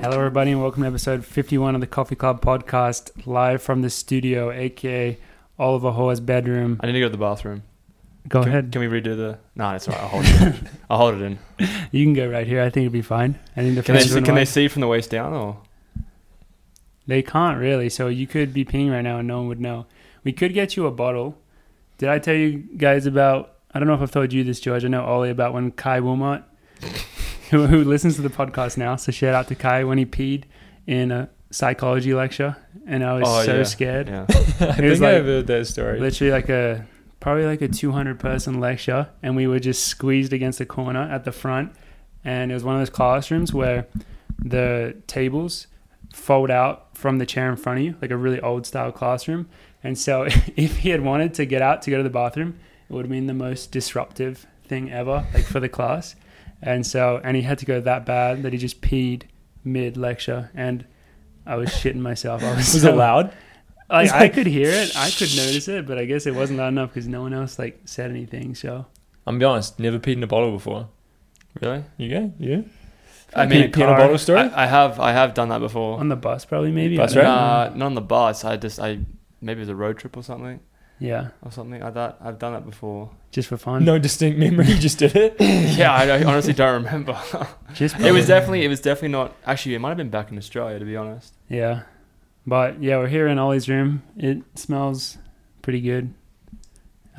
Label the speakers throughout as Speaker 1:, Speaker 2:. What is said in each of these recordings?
Speaker 1: Hello, everybody, and welcome to episode 51 of the Coffee Club podcast, live from the studio, aka Oliver Hoa's bedroom.
Speaker 2: I need to go to the bathroom.
Speaker 1: Go
Speaker 2: can,
Speaker 1: ahead.
Speaker 2: Can we redo the? No, it's all right. I'll hold it. in. I'll hold it in.
Speaker 1: you can go right here. I think it'll be fine. I think the
Speaker 2: Can they
Speaker 1: fans
Speaker 2: see,
Speaker 1: wouldn't
Speaker 2: can they
Speaker 1: mind.
Speaker 2: see from the waist down or?
Speaker 1: They can't really. So you could be peeing right now and no one would know. We could get you a bottle. Did I tell you guys about? I don't know if I've told you this, George. I know Ollie about when Kai Wilmot, who, who listens to the podcast now, so shout out to Kai when he peed in a psychology lecture, and I was
Speaker 2: Oh,
Speaker 1: so
Speaker 2: yeah.
Speaker 1: scared.
Speaker 2: Yeah.
Speaker 3: I
Speaker 1: It was
Speaker 3: think I've
Speaker 1: like-
Speaker 3: heard that story.
Speaker 1: Literally like a probably like a 200 person lecture, and we were just squeezed against a corner at the front, and it was one of those classrooms where the tables fold out from the chair in front of you, like a really old style classroom. And so, if he had wanted to get out to go to the bathroom, it would have been the most disruptive thing ever, like for the class. And so, and he had to go that bad that he just peed mid lecture, and I was shitting myself. I was,
Speaker 3: was
Speaker 1: so-
Speaker 3: it loud?
Speaker 1: like
Speaker 3: It's
Speaker 1: I
Speaker 3: like-
Speaker 1: could hear it, I could notice it, but I guess it wasn't loud enough because no one else like said anything. So
Speaker 3: I'm be honest, never peed in a bottle before.
Speaker 2: Really?
Speaker 3: You go? Yeah.
Speaker 2: I
Speaker 1: Peed
Speaker 2: mean,
Speaker 1: in a
Speaker 3: peed in a
Speaker 1: car.
Speaker 3: bottle story?
Speaker 2: I, I have. I have done that before.
Speaker 1: on the bus, probably maybe.
Speaker 3: Bus,
Speaker 1: I don't
Speaker 2: Nah,
Speaker 1: know.
Speaker 2: not on the bus. I just. I maybe it was a road trip or something
Speaker 1: Yeah,
Speaker 2: or something like that. I've done that before.
Speaker 1: just for fun.
Speaker 3: no distinct memory. You just did it.
Speaker 2: yeah, I, I honestly don't remember.
Speaker 1: just
Speaker 2: it
Speaker 1: probably-
Speaker 2: was definitely. It was definitely not. Actually, it might have been back in Australia to be honest.
Speaker 1: Yeah, but yeah, we're here in Ollie's room. It smells pretty good.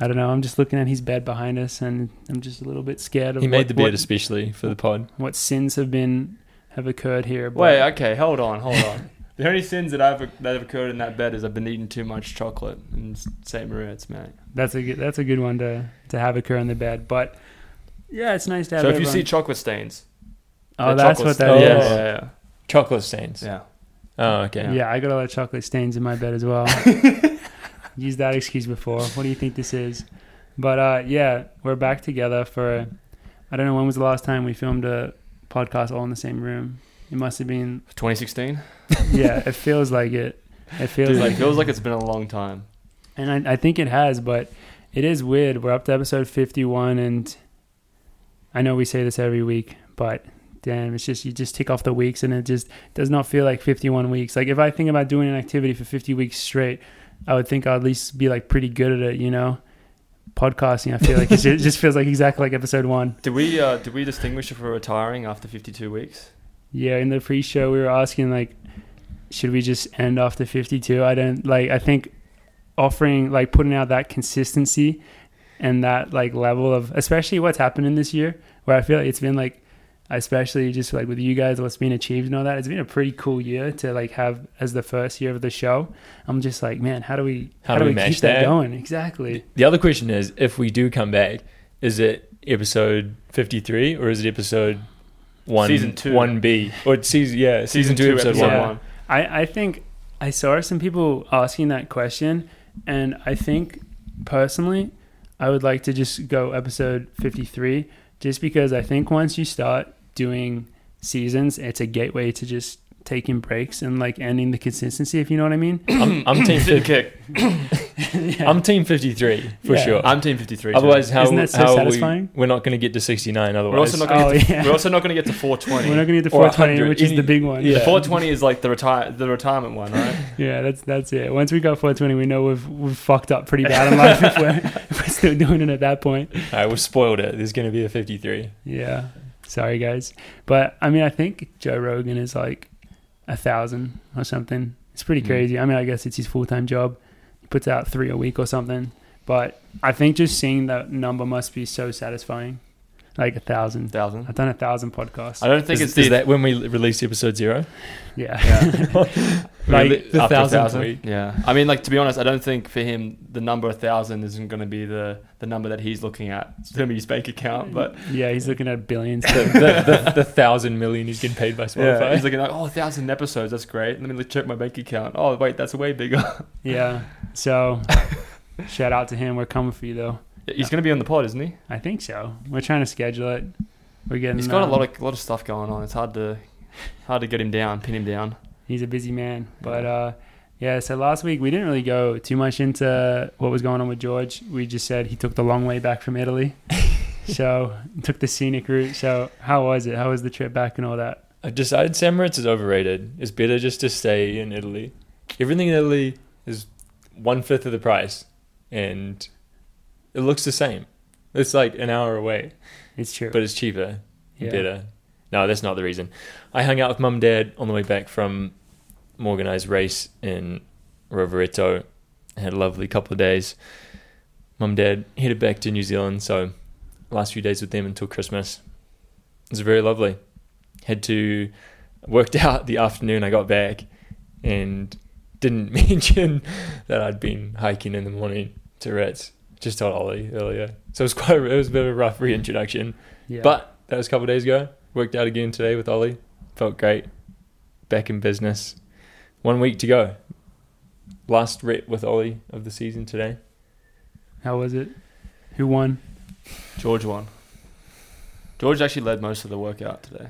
Speaker 1: I don't know. I'm just looking at his bed behind us, and I'm just a little bit scared of
Speaker 3: He
Speaker 1: what,
Speaker 3: made the beard
Speaker 1: what,
Speaker 3: especially for the pod.
Speaker 1: what sins have been have occurred here. but-
Speaker 2: Wait. Okay. Hold on. Hold on. The only sins that I've that have occurred in that bed is I've been eating too much chocolate and Saint Moritz, mate.
Speaker 1: that's a good, that's a good one to to have occur in the bed. But yeah, it's nice to have.
Speaker 2: So if you
Speaker 1: everyone-
Speaker 2: see chocolate stains,
Speaker 1: oh,
Speaker 2: they're
Speaker 1: that's
Speaker 2: chocolate
Speaker 1: what that
Speaker 2: stains.
Speaker 1: is.
Speaker 3: stain.
Speaker 2: Oh, Yeah, yeah, yeah.
Speaker 3: Chocolate stains.
Speaker 2: Yeah.
Speaker 3: Oh, okay.
Speaker 1: Yeah. I got a lot of chocolate stains in my bed as well. Used that excuse before. What do you think this is? But uh, yeah, we're back together for. I don't know when was the last time we filmed a podcast all in the same room. It must have been.
Speaker 2: 2016.
Speaker 1: Yeah, it feels like it. It feels
Speaker 2: Feels like
Speaker 1: like.
Speaker 2: feels like it's been a long time.
Speaker 1: And I, I think it has, but it is weird. We're up to episode fifty-one, and I know we say this every week, but damn, it's just you just tick off the weeks, and it just does not feel like fifty-one weeks. Like if I think about doing an activity for fifty weeks straight, I would think I'd at least be like pretty good at it, you know. Podcasting, I feel like it's, it just feels like exactly like episode one.
Speaker 2: Did we uh, did we distinguish if we're retiring after 52 weeks?
Speaker 1: Yeah, in the pre-show, we were asking like, should we just end after fifty-two? I don't like. I think offering like putting out that consistency and that like level of, especially what's happening this year, where I feel like it's been like, especially just like with you guys, what's been achieved and all that. It's been a pretty cool year to like have as the first year of the show. I'm just like, man, how do we how, do we,
Speaker 3: match
Speaker 1: keep that,
Speaker 3: that?
Speaker 1: going? Exactly.
Speaker 3: The other question is, if we do come back, is it episode fifty-three or is it episode one?
Speaker 2: Season two.
Speaker 3: One B or it's season yeah season, two, episode,
Speaker 1: episode
Speaker 3: one.
Speaker 1: one. I, I think I saw some people asking that question, and I think personally, I would like to just go episode 53 just because I think once you start doing seasons, it's a gateway to just taking breaks and like ending the consistency, if you know what I mean.
Speaker 3: I'm, I'm team.
Speaker 2: Sit and
Speaker 3: 50,
Speaker 2: kick.
Speaker 3: I'm team fifty-three for
Speaker 1: Yeah.
Speaker 3: sure.
Speaker 2: I'm team 53. too.
Speaker 3: Otherwise, how
Speaker 1: Isn't that so
Speaker 3: how
Speaker 1: satisfying?
Speaker 3: We, we're not going to get to sixty-nine. Otherwise,
Speaker 2: we're also not
Speaker 1: Oh,
Speaker 2: going to
Speaker 1: yeah.
Speaker 2: we're also not going to get to
Speaker 1: We're not
Speaker 2: 420.
Speaker 1: going to get to
Speaker 3: Or
Speaker 1: 420,
Speaker 3: 100,
Speaker 1: which is
Speaker 3: any-
Speaker 1: the big one.
Speaker 2: The
Speaker 3: yeah.
Speaker 2: 420 is like the retire the retirement one, right?
Speaker 1: Yeah, that's that's it. Once we got 420, we know we've we've fucked up pretty bad in life if we're, if we're still doing it at that point.
Speaker 3: All right, we've spoiled it. There's going to be a 53.
Speaker 1: Yeah. Sorry, guys. But I mean, I think Joe Rogan is like a thousand or something. It's pretty
Speaker 2: Mm.
Speaker 1: crazy. I mean, I guess it's his full time job. He puts out three a week or something. But I think just seeing that number must be so satisfying. Like a thousand.
Speaker 2: Thousand.
Speaker 1: I've done a thousand podcasts.
Speaker 2: I don't think
Speaker 3: Is,
Speaker 2: it's
Speaker 3: is
Speaker 2: the
Speaker 3: that when we release episode zero?
Speaker 1: yeah.
Speaker 2: yeah.
Speaker 3: Like
Speaker 2: Really?
Speaker 3: the
Speaker 2: After a
Speaker 3: thousandth week.
Speaker 2: Yeah. I mean, like to be honest, I don't think for him the number a thousand isn't going to be the the number that he's looking at. It's going to be his bank account, but
Speaker 1: yeah, he's looking at billions.
Speaker 3: The, the, the, the thousand million he's getting paid by Spotify.
Speaker 2: yeah, he's looking like, oh, a thousand episodes. That's great. Let me look- check my bank account. Oh, wait, that's way bigger.
Speaker 1: yeah. So shout out to him. We're coming for you, though.
Speaker 2: He's going to be on the pod, isn't he?
Speaker 1: I think so. We're trying to schedule it. We're getting.
Speaker 2: He's got a
Speaker 1: um,
Speaker 2: lot of lot of stuff going on. It's hard to Hard to get him down, pin him down.
Speaker 1: He's a busy man. But uh, yeah, so last week we didn't really go too much into what was going on with George. We just said he took the long way back from Italy. so took the scenic route. So how was it? How was the trip back and all that?
Speaker 3: I decided Samaritz is overrated. It's better just to stay in Italy. Everything in Italy is one fifth of the price, and it looks the same. It's like an hour away,
Speaker 1: It's true.
Speaker 3: but it's cheaper,
Speaker 1: Yeah.
Speaker 3: better. No, that's not the reason. I hung out with mum and dad on the way back from an organized race in Rovereto. Had a lovely couple of days. Mum and dad headed back to New Zealand, so last few days with them until Christmas. It was very lovely. Had to worked out the afternoon I got back and didn't mention that I'd been hiking in the morning to Rats. Just told Ollie earlier. So it was quite it was a bit of a rough reintroduction.
Speaker 1: yeah.
Speaker 3: But that was a couple of days ago. Worked out again today with Ollie. Felt great. Back in business. One week to go. Last rep with Ollie of the season today.
Speaker 1: how was it? Who won?
Speaker 2: George won. George actually led most of the workout today.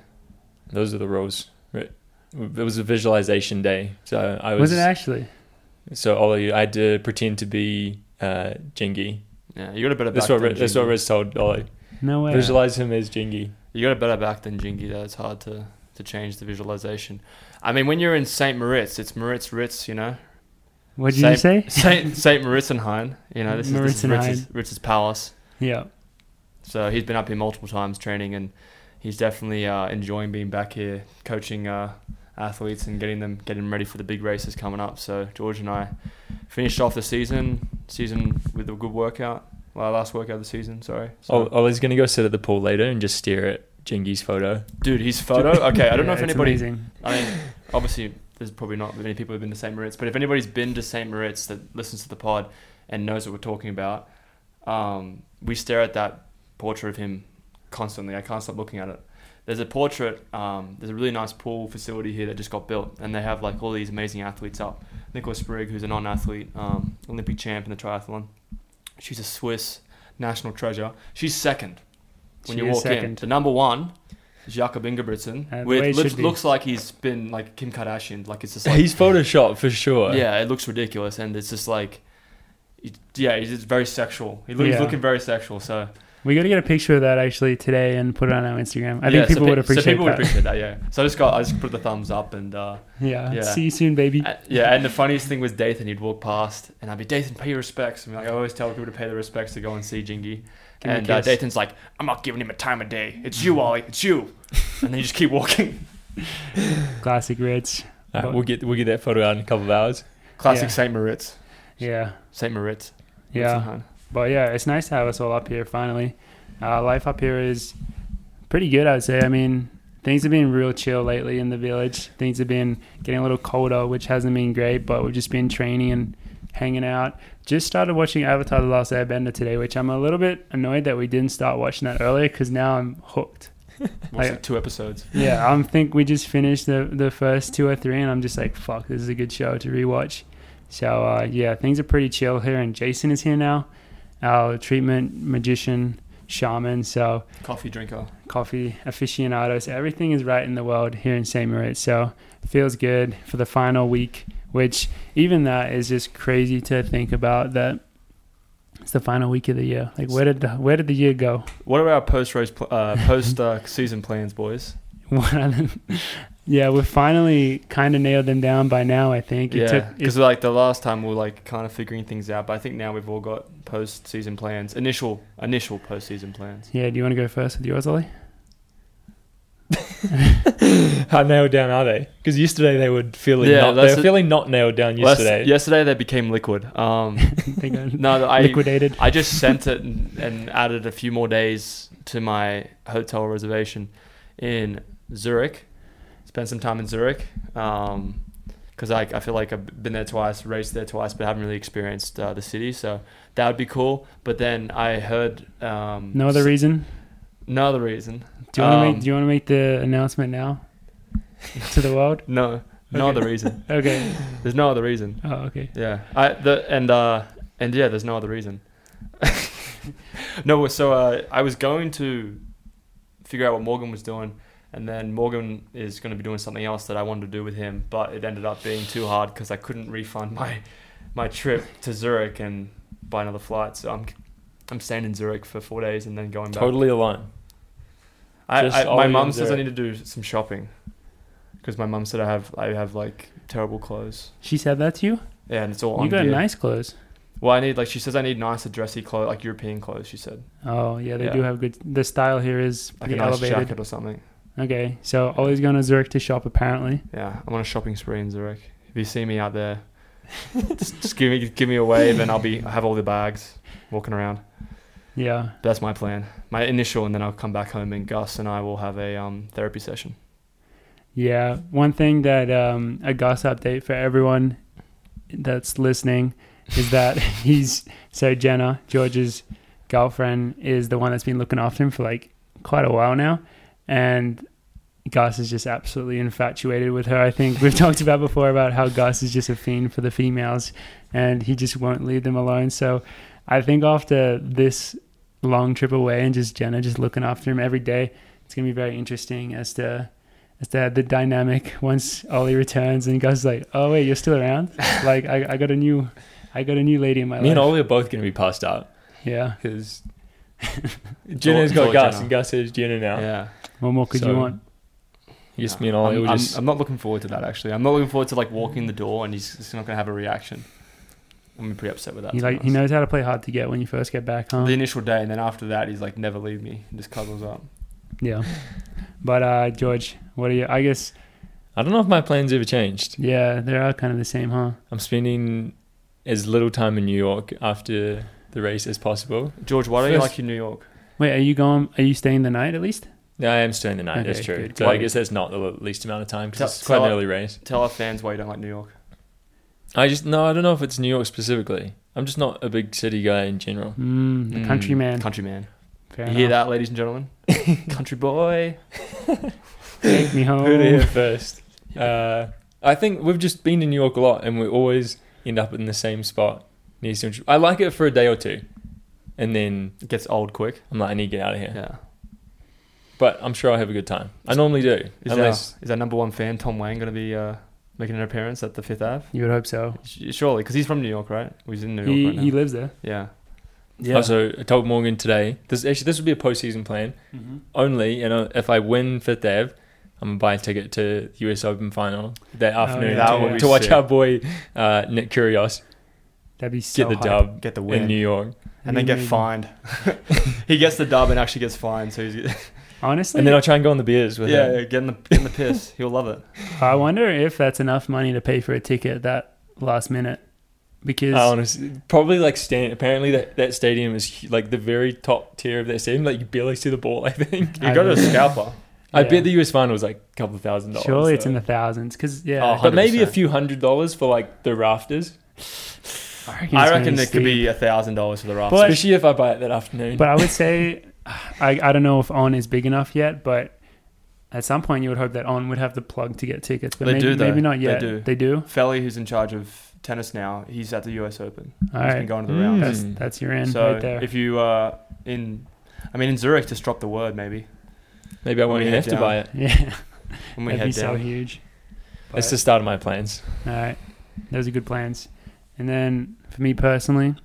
Speaker 3: Those are the rules. Re- It was a visualization day, so I
Speaker 1: Was,
Speaker 3: was.
Speaker 1: it actually?
Speaker 3: so Ollie, I had to pretend to be uh, Jingy.
Speaker 2: Yeah, you got a better back
Speaker 3: That's what
Speaker 2: than
Speaker 3: Riz, that's what
Speaker 2: Jingy.
Speaker 3: Riz told Ollie.
Speaker 1: No way.
Speaker 3: Visualize him as Jingy.
Speaker 2: You got a better back than Jingy, though. It's hard to, to change the visualization. I mean, when you're in St. Moritz, it's Moritz Ritz, you know?
Speaker 1: what did
Speaker 2: Same-
Speaker 1: you say?
Speaker 2: St. St. Moritzenhain, you know, this is, this is
Speaker 1: Moritzenhain.
Speaker 2: Ritz's, Ritz's palace.
Speaker 1: Yeah.
Speaker 2: So he's been up here multiple times training, and he's definitely uh, enjoying being back here, coaching uh, athletes and getting them getting them ready for the big races coming up. So George and I finished off the season season with a good workout. Well, last workout of the season, sorry. So-
Speaker 1: Oh.
Speaker 3: Ol- Ollie's gonna go sit at the pool later and just stare at Jingy's photo.
Speaker 2: Dude, his photo. Okay, I don't know
Speaker 1: Yeah,
Speaker 2: if
Speaker 1: it's
Speaker 2: anybody.
Speaker 1: amazing.
Speaker 2: I mean, obviously, there's probably not many people who've been to St. Moritz, but if anybody's been to St. Moritz that listens to the pod and knows what we're talking about, um, we stare at that portrait of him constantly. I can't stop looking at it. There's a portrait, um, there's a really nice pool facility here that just got built, and they have like all these amazing athletes up. Nicola Sprigg, who's a non athlete, um, Olympic champ in the triathlon, she's a Swiss national treasure. She's second when
Speaker 1: She
Speaker 2: you
Speaker 1: is
Speaker 2: walk in.
Speaker 1: second.
Speaker 2: The number one is Jakob Ingebrigtsen,
Speaker 1: And the way
Speaker 2: with
Speaker 1: it
Speaker 2: looks,
Speaker 1: should be.
Speaker 2: looks like he's been like Kim Kardashian. Like it's just like
Speaker 3: He's photoshopped for sure.
Speaker 2: yeah, it looks ridiculous, and it's just like it- yeah, he's just very sexual. He loo- He's
Speaker 1: Yeah.
Speaker 2: looking very sexual. So
Speaker 1: We got to get a picture of that actually today and put it on our Instagram. I
Speaker 2: Yeah,
Speaker 1: think people
Speaker 2: so
Speaker 1: would
Speaker 2: pe-
Speaker 1: appreciate
Speaker 2: So people
Speaker 1: that.
Speaker 2: would appreciate that. Yeah. So I just got I just put the thumbs up and. uh
Speaker 1: yeah.
Speaker 2: Yeah.
Speaker 1: See you soon, baby.
Speaker 2: Uh, yeah, and the funniest thing was Dathan. He'd walk past, and I'd be Dathan, pay your respects. I mean, like, I always tell people to pay their respects to go and see Jingy.
Speaker 1: Give me a
Speaker 2: and uh,
Speaker 1: kiss.
Speaker 2: Dathan's like, "I'm not giving him a time of day. It's you, Ollie. It's you." and then you just keep walking.
Speaker 1: Classic Rich.
Speaker 3: Uh, we'll get we'll get that photo out in a couple of hours.
Speaker 2: Classic
Speaker 1: Yeah.
Speaker 2: Saint Moritz.
Speaker 1: Yeah.
Speaker 2: Saint Moritz.
Speaker 1: Yeah.
Speaker 2: Witzenheim.
Speaker 1: But yeah, it's nice to have us all up here finally. Uh, life up here is pretty good, I'd say. I mean, things have been real chill lately in the village. Things have been getting a little colder, which hasn't been great, but we've just been training and hanging out. Just started watching Avatar The Last Airbender today, which I'm a little bit annoyed that we didn't start watching that earlier because now I'm hooked.
Speaker 2: What's
Speaker 1: I-
Speaker 2: it, two episodes.
Speaker 1: Yeah, I am think we just finished the, the first two or three, and I'm just like, fuck, this is a good show to rewatch. So, uh, yeah, things are pretty chill here, and Jason is here now, our treatment magician, shaman, so
Speaker 2: Coffee drinker.
Speaker 1: coffee aficionados. Everything is right in the world here in St. Moritz, so feels good for the final week, which even that is just crazy to think about that it's the final week of the year. Like, where did the, where did the year go?
Speaker 2: What are our post race pl- uh, post uh, season plans, boys?
Speaker 1: One of them. Yeah, we finally kind of nailed them down by now. I think. It
Speaker 2: Yeah,
Speaker 1: took, it,
Speaker 2: because like the last time we were like kind of figuring things out, but I think now we've all got post season plans. Initial initial post season plans.
Speaker 1: yeah. Do you want to go first with yours, Ollie?
Speaker 3: How nailed down are they? Because yesterday they were feeling
Speaker 2: Yeah,
Speaker 3: not,
Speaker 2: that's
Speaker 3: they were
Speaker 2: it.
Speaker 3: feeling not nailed down
Speaker 2: Well, that's-
Speaker 3: yesterday.
Speaker 2: yesterday they became liquid. Um,
Speaker 1: I think I
Speaker 2: no, th- I
Speaker 1: liquidated.
Speaker 2: I just sent it and, and added a few more days to my hotel reservation in Zurich. Spent some time in Zurich because I, I feel like I've been there twice, raced there twice, but haven't really experienced uh, the city. So that would be cool. But then I heard um,
Speaker 1: No other
Speaker 2: s-
Speaker 1: reason.
Speaker 2: no other reason.
Speaker 1: Do you want to
Speaker 2: Um,
Speaker 1: make Do you want to make the announcement now to the world?
Speaker 2: No, no
Speaker 1: Okay.
Speaker 2: other reason.
Speaker 1: Okay.
Speaker 2: There's no other reason.
Speaker 1: Oh, okay.
Speaker 2: Yeah. I the and uh and yeah, there's no other reason. no, so uh, I was going to figure out what Morgan was doing, And then Morgan is going to be doing something else that I wanted to do with him, but it ended up being too hard because I couldn't refund my my trip to Zurich and buy another flight. So I'm I'm staying in Zurich for four days and then going back.
Speaker 3: Totally alone.
Speaker 2: I,
Speaker 3: Just
Speaker 2: I,
Speaker 3: all
Speaker 2: my
Speaker 3: you
Speaker 2: mum says I
Speaker 3: observe.
Speaker 2: need to do some shopping because my mum said I have I have like terrible clothes.
Speaker 1: She said that to you.
Speaker 2: Yeah, and it's all on
Speaker 1: you got
Speaker 2: gear.
Speaker 1: nice clothes.
Speaker 2: Well, I need like she says I need nicer dressy clothes, like European clothes. She said
Speaker 1: Oh yeah, they
Speaker 2: Yeah.
Speaker 1: do have good. The style here is
Speaker 2: like
Speaker 1: pretty
Speaker 2: a nice
Speaker 1: elevated.
Speaker 2: jacket or something.
Speaker 1: Okay, so always going to Zurich to shop apparently.
Speaker 2: Yeah, I'm on a shopping spree in Zurich. If you see me out there, just, just give me give me a wave and I'll be I have all the bags walking around.
Speaker 1: Yeah.
Speaker 2: That's my plan, my initial, and then I'll come back home and Gus and I will have a um, therapy session.
Speaker 1: Yeah, one thing that um, a Gus update for everyone that's listening is that he's so Jenna George's girlfriend is the one that's been looking after him for like quite a while now, and Gus is just absolutely infatuated with her. I think we've talked about before about how Gus is just a fiend for the females, and he just won't leave them alone. So I think after this long trip away and just Jenna just looking after him every day, it's gonna be very interesting as to as to the dynamic once Ollie returns and Gus is like, oh wait, you're still around? Like I, I got a new, I got a new lady in my
Speaker 3: Me and
Speaker 1: life.
Speaker 3: Ollie are both going to be passed out
Speaker 1: yeah.
Speaker 3: because Jenna's got
Speaker 2: George
Speaker 3: Gus
Speaker 2: Jenna.
Speaker 3: and Gus has Jenna now.
Speaker 2: Yeah,
Speaker 1: What more could you
Speaker 3: So-
Speaker 1: want?
Speaker 3: Yes, me and Ollie
Speaker 2: I'm,
Speaker 3: were
Speaker 2: I'm-
Speaker 3: just.
Speaker 2: I'm not looking forward to that actually. I'm not looking forward to like walking the door and he's, he's not gonna have a reaction. I'm pretty upset with that.
Speaker 1: He
Speaker 2: to be
Speaker 1: like he
Speaker 2: honest.
Speaker 1: knows how to play hard to get when you first get back home.
Speaker 2: the initial day, and then after that, he's like, never leave me, and just cuddles up.
Speaker 1: yeah. But uh, George, what are you? I guess
Speaker 3: I don't know if my plans ever changed.
Speaker 1: yeah, they are kind of the same, huh?
Speaker 3: I'm spending as little time in New York after the race as possible.
Speaker 2: George, why don't you
Speaker 3: First-
Speaker 2: like your New York?
Speaker 1: Wait, are you going? Are you staying the night at least?
Speaker 3: No, I am staying the night. that's
Speaker 1: Okay,
Speaker 3: true.
Speaker 1: good,
Speaker 3: So I
Speaker 1: good.
Speaker 3: guess that's not the least amount of time
Speaker 2: Tell-
Speaker 3: because it's quite an
Speaker 2: tell-
Speaker 3: early race.
Speaker 2: Tell our fans why you don't like New York.
Speaker 3: I just no, I don't know if it's New York specifically. I'm just not a big city guy in general.
Speaker 1: Mm, the countryman.
Speaker 2: Countryman.
Speaker 1: Fair
Speaker 2: you hear
Speaker 1: enough.
Speaker 2: that, ladies and gentlemen? Country boy.
Speaker 1: Take me home.
Speaker 3: Who to hear first? Uh, I think we've just been to New York a lot, and we always end up in the same spot. Near Central. I like it for a day or two, and then
Speaker 2: It gets old quick.
Speaker 3: I'm like, I need to get out of here.
Speaker 2: Yeah.
Speaker 3: But I'm sure I'll have a good time. I normally do.
Speaker 2: Is,
Speaker 3: unless
Speaker 2: our, is our number one fan, Tom Wayne, going to be uh, making an appearance at the Fifth Ave?
Speaker 1: You would hope so.
Speaker 2: Sh- Surely, because he's from New York, right? Well, He's in New York
Speaker 1: He
Speaker 2: right now.
Speaker 1: he lives there.
Speaker 2: yeah.
Speaker 1: Yeah.
Speaker 3: also I told Morgan today. This actually this would be a postseason plan
Speaker 1: Mhm.
Speaker 3: only. You know, if I win Fifth Ave, I'm gonna buy a ticket to the US Open final that afternoon
Speaker 1: Oh, yeah. That
Speaker 3: to,
Speaker 1: would be
Speaker 3: to watch
Speaker 2: sick.
Speaker 3: our boy uh, Nick Curios
Speaker 1: That'd be
Speaker 3: get
Speaker 1: so
Speaker 3: the
Speaker 1: hype.
Speaker 3: dub
Speaker 2: Get the
Speaker 3: in
Speaker 2: win.
Speaker 3: New York,
Speaker 2: and then get
Speaker 1: Amazing.
Speaker 2: fined. he gets the dub and actually gets fined. So he's
Speaker 1: Honestly,
Speaker 3: and then I'll try and go on the beers with
Speaker 2: yeah,
Speaker 3: him.
Speaker 2: yeah, get in the get in the piss. He'll love it.
Speaker 1: I wonder if that's enough money to pay for a ticket that last minute. Because
Speaker 3: I honestly, probably like stand. Apparently, that, that stadium is hu- like the very top tier of that stadium. Like you barely see the ball. I think.
Speaker 2: You go to a scalper.
Speaker 3: I
Speaker 1: Yeah.
Speaker 3: bet the US final was like a couple of thousand dollars.
Speaker 1: surely it's
Speaker 3: so-
Speaker 1: in the thousands. Because yeah,
Speaker 2: Oh,
Speaker 3: But maybe a
Speaker 2: 100%.
Speaker 3: few hundred dollars for like the rafters,
Speaker 1: I
Speaker 2: I
Speaker 1: it's
Speaker 2: reckon
Speaker 1: really
Speaker 2: it could
Speaker 1: steep.
Speaker 2: be a thousand dollars for the raft.
Speaker 1: But-
Speaker 3: especially if I buy it that afternoon.
Speaker 1: But I would say, I, I don't know if On is big enough yet, but at some point you would hope that On would have the plug to get tickets. But
Speaker 2: They
Speaker 1: maybe,
Speaker 2: do, though.
Speaker 1: maybe not
Speaker 2: They
Speaker 1: yet.
Speaker 2: do. Felly, who's in charge of tennis now, he's at the U.S. Open.
Speaker 1: All
Speaker 2: He's been
Speaker 1: right.
Speaker 2: going to the
Speaker 3: Mm.
Speaker 2: rounds.
Speaker 1: That's, that's your end
Speaker 2: so
Speaker 1: right there.
Speaker 2: if you uh, in, I mean in Zurich, just drop the word maybe
Speaker 3: maybe I
Speaker 2: When
Speaker 3: won't
Speaker 2: we
Speaker 3: even
Speaker 2: head
Speaker 3: have to
Speaker 2: down.
Speaker 3: buy it.
Speaker 1: Oh, yeah.
Speaker 2: when we
Speaker 1: That'd be
Speaker 2: head
Speaker 1: so
Speaker 2: down.
Speaker 1: huge.
Speaker 3: It's
Speaker 1: But-
Speaker 3: the start of my plans.
Speaker 1: All right. Those are good plans. And then for me personally,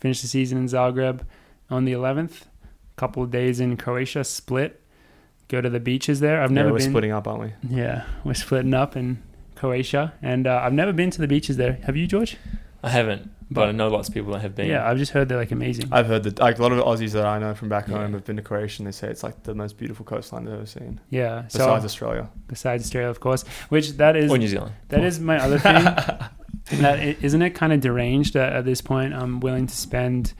Speaker 1: finish the season in Zagreb on the 11th. couple of days in Croatia, split. Go to the beaches there. I've never
Speaker 2: yeah, we're
Speaker 1: been.
Speaker 2: splitting up, aren't we?
Speaker 1: Yeah, we're splitting up in Croatia, and uh, I've never been to the beaches there. Have you, George?
Speaker 3: I haven't, but I know lots of people that have been.
Speaker 1: Yeah, I've just heard they're like amazing.
Speaker 2: I've heard that like a lot of Aussies that I know from back
Speaker 3: Yeah.
Speaker 2: home have been to Croatia. and They say it's like the most beautiful coastline they've ever seen,
Speaker 1: yeah, so
Speaker 2: besides
Speaker 1: besides,
Speaker 2: Australia.
Speaker 1: Australia, of course, which that is
Speaker 3: or New Zealand.
Speaker 1: that is my other thing. that i- isn't it kind of deranged that at this point I'm willing to spend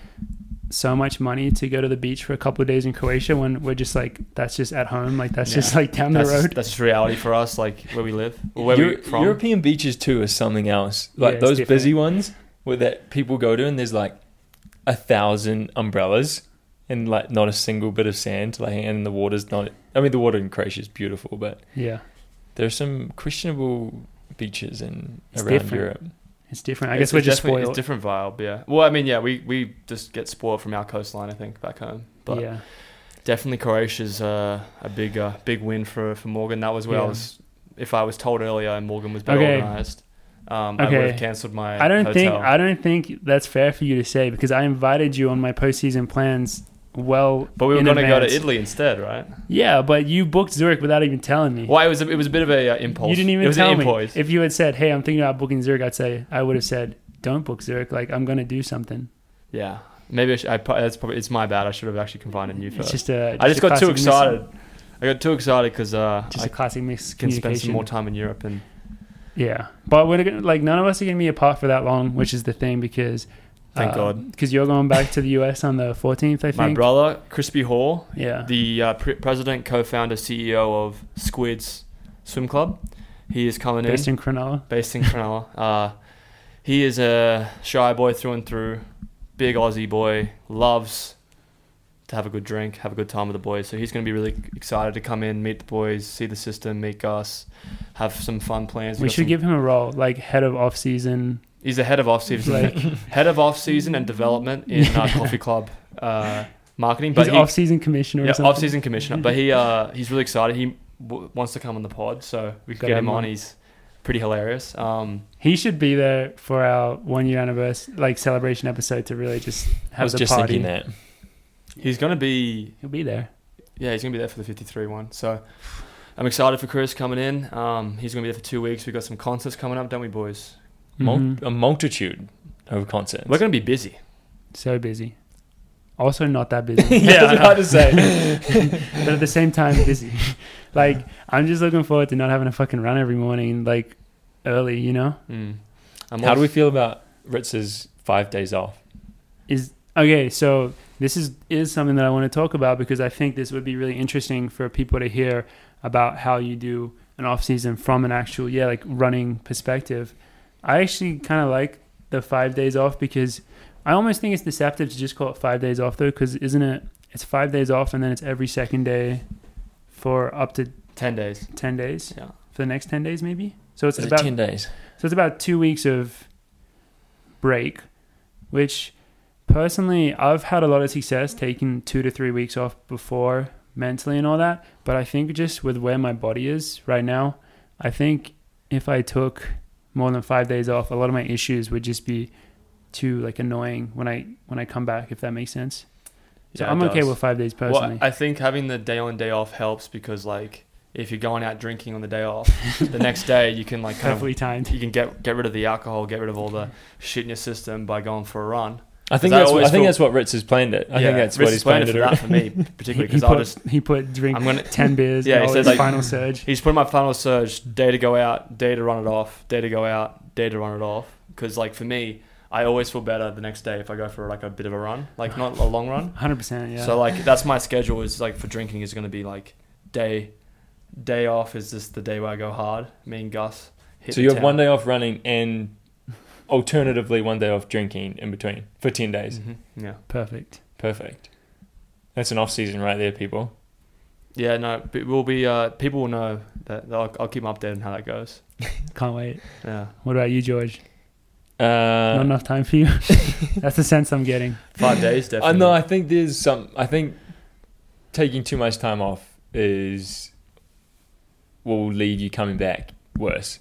Speaker 1: so much money to go to the beach for a couple of days in Croatia when we're just like that's just at home, like that's
Speaker 2: Yeah.
Speaker 1: just like down
Speaker 2: That's
Speaker 1: the road.
Speaker 2: that's just reality for us, like where we live, or where
Speaker 3: Euro-
Speaker 2: we're from.
Speaker 3: European beaches too is something else.
Speaker 1: Yeah,
Speaker 3: Like
Speaker 1: it's
Speaker 3: those
Speaker 1: different.
Speaker 3: busy ones where that people go to, and there's like a thousand umbrellas and like not a single bit of sand. Like and the water's not. I mean, the water in Croatia is beautiful, but
Speaker 1: yeah,
Speaker 3: there are some questionable beaches in
Speaker 1: It's
Speaker 3: around
Speaker 1: different.
Speaker 3: Europe.
Speaker 1: it's different. I
Speaker 2: It's-
Speaker 1: guess we're
Speaker 2: it's
Speaker 1: just
Speaker 2: definitely-
Speaker 1: spoiled.
Speaker 2: It's different vibe, yeah. Well, I mean, yeah, we we just get spoiled from our coastline, I think, back home. But
Speaker 1: yeah,
Speaker 2: definitely Croatia's uh, a big uh, big win for for Morgan. That was where I
Speaker 1: Yeah.
Speaker 2: was. If I was told earlier and Morgan was better
Speaker 1: Okay.
Speaker 2: organized, um, I would
Speaker 1: Okay.
Speaker 2: have cancelled my.
Speaker 1: I don't
Speaker 2: hotel.
Speaker 1: think I don't think that's fair for you to say because I invited you on my postseason plans. Well,
Speaker 2: but we were
Speaker 1: in
Speaker 2: going to go to
Speaker 1: advance.
Speaker 2: Italy instead, right?
Speaker 1: Yeah, but you booked Zurich without even telling me.
Speaker 2: Well, it was a, it was a bit of a uh, impulse.
Speaker 1: You didn't even
Speaker 2: it was
Speaker 1: tell
Speaker 2: an
Speaker 1: me.
Speaker 2: impulse.
Speaker 1: If you had said, "Hey, I'm thinking about booking Zurich," I'd say I would have said, "Don't book Zurich. Like I'm going to do something."
Speaker 2: Yeah, maybe I should, I, pro- that's probably it's my bad. I should have actually confided in you
Speaker 1: It's
Speaker 2: first.
Speaker 1: just a.
Speaker 2: I just
Speaker 1: a
Speaker 2: got too
Speaker 1: classic mis-
Speaker 2: excited. I got too excited because uh,
Speaker 1: Just a
Speaker 2: I
Speaker 1: classic
Speaker 2: can spend some
Speaker 1: miscommunication.
Speaker 2: more time in Europe and
Speaker 1: Yeah, but we're gonna, like none of us are going to be apart for that long, which is the thing because.
Speaker 2: Thank God.
Speaker 1: Because you're going back to the US on the 14th, I think.
Speaker 2: my brother Crispy Hall.
Speaker 1: Yeah.
Speaker 2: the uh, pre- president, co-founder, CEO of Squids Swim Club. He is coming
Speaker 1: Based
Speaker 2: in,
Speaker 1: in Cronulla.
Speaker 2: based in Cronulla. Uh, he is a shy boy through and through, big Aussie boy, loves to have a good drink, have a good time with the boys. So he's going to be really excited to come in, meet the boys, see the system, meet Gus, have some fun plans.
Speaker 1: We
Speaker 2: Got
Speaker 1: should
Speaker 2: some-
Speaker 1: give him a role, like head of off season.
Speaker 2: He's the head of off season,
Speaker 1: Like-
Speaker 2: head of off season and development in uh, Coffee Club uh, marketing.
Speaker 1: He's
Speaker 2: But he,
Speaker 1: off season commissioner or
Speaker 2: yeah,
Speaker 1: something.
Speaker 2: off-season commissioner. But he uh, he's really excited. He w- wants to come on the pod, so we could
Speaker 1: Got
Speaker 2: get
Speaker 1: him
Speaker 2: him on.
Speaker 1: on.
Speaker 2: He's pretty hilarious. Um,
Speaker 1: He should be there for our one year anniversary, like celebration episode to really just
Speaker 3: I
Speaker 1: have
Speaker 3: was
Speaker 1: the
Speaker 3: just
Speaker 1: party.
Speaker 3: thinking that.
Speaker 2: he's gonna be
Speaker 1: He'll be there.
Speaker 2: yeah, he's gonna be there for the 53 one. So I'm excited for Chris coming in. Um, he's gonna be there for two weeks. We've got some concerts coming up, don't we, boys?
Speaker 3: Mul-
Speaker 1: Mhm.
Speaker 3: A multitude of concerts.
Speaker 2: We're gonna be busy.
Speaker 1: So busy. Also, not that busy.
Speaker 3: Yeah, I know.
Speaker 2: hard to say.
Speaker 1: but at the same time, busy. like, I'm just looking forward to not having a fucking run every morning, like early, you know?
Speaker 2: Mm. I'm
Speaker 3: How do we
Speaker 2: off-
Speaker 3: feel about Ritz's five days off?
Speaker 1: is okay so this is is something that i want to talk about because i think this would be really interesting for people to hear about how you do an off season from an actual yeah like running perspective i actually kind of like the five days off because i almost think it's deceptive to just call it five days off though because isn't it it's five days off and then it's every second day for up to
Speaker 2: ten days?
Speaker 1: 10 days
Speaker 2: Yeah.
Speaker 1: for the next 10 days maybe so it's
Speaker 3: Is it
Speaker 1: about
Speaker 3: ten days?
Speaker 1: so it's about two weeks of break, which personally I've had a lot of success taking two to three weeks off before mentally and all that. But I think just with where my body is right now, I think if I took more than five days off, a lot of my issues would just be too like annoying when I when I come back, if that makes sense. So
Speaker 2: Yeah, it
Speaker 1: I'm okay
Speaker 2: does.
Speaker 1: with five days
Speaker 2: Well,
Speaker 1: personally.
Speaker 2: I think having the day on day off helps because like if you're going out drinking on the day off, the next day you can like kind of
Speaker 1: Perfectly timed.
Speaker 2: you can get get rid of the alcohol, get rid of all the shit in your system by going for a run.
Speaker 3: I think
Speaker 2: I
Speaker 3: that's. what,
Speaker 2: always
Speaker 3: I think
Speaker 2: feel-
Speaker 3: that's what Ritz has planned it. I think that's
Speaker 2: Riz
Speaker 3: what
Speaker 2: is
Speaker 3: he's
Speaker 2: playing
Speaker 3: planned
Speaker 2: it
Speaker 3: it.
Speaker 2: for
Speaker 3: around.
Speaker 2: that for me
Speaker 1: He, he
Speaker 2: particularly because I'll just
Speaker 1: put, he put drink
Speaker 2: I'm gonna
Speaker 1: ten beers.
Speaker 2: Yeah,
Speaker 1: Yeah,
Speaker 2: he
Speaker 1: all
Speaker 2: said,
Speaker 1: his
Speaker 2: like-
Speaker 1: final surge.
Speaker 2: he's putting my final surge day to go out, day to run it off, day to go out, day to run it off. Because like for me, I always feel better the next day if I go for like a bit of a run, like not a long run.
Speaker 1: Hundred percent. Yeah.
Speaker 2: So like that's my schedule is like for drinking is going to be like day day off is just the day where I go hard. Me and Gus. Hit
Speaker 3: So
Speaker 2: the
Speaker 3: you have
Speaker 2: town.
Speaker 3: one day off running and alternatively one day off drinking in between for ten days.
Speaker 2: Mhm. Yeah.
Speaker 1: perfect.
Speaker 3: Perfect. That's an off season right there, people.
Speaker 2: Yeah, no, but we'll be. Uh, people will know that. I'll, I'll keep them updated on how that goes.
Speaker 1: Can't wait.
Speaker 2: Yeah,
Speaker 1: What about you, George? Not
Speaker 3: Uh,
Speaker 1: enough time for you. That's the sense I'm getting.
Speaker 2: five days
Speaker 3: I
Speaker 2: definitely.
Speaker 3: know. I think there's some. I think taking too much time off is will leave you coming back worse.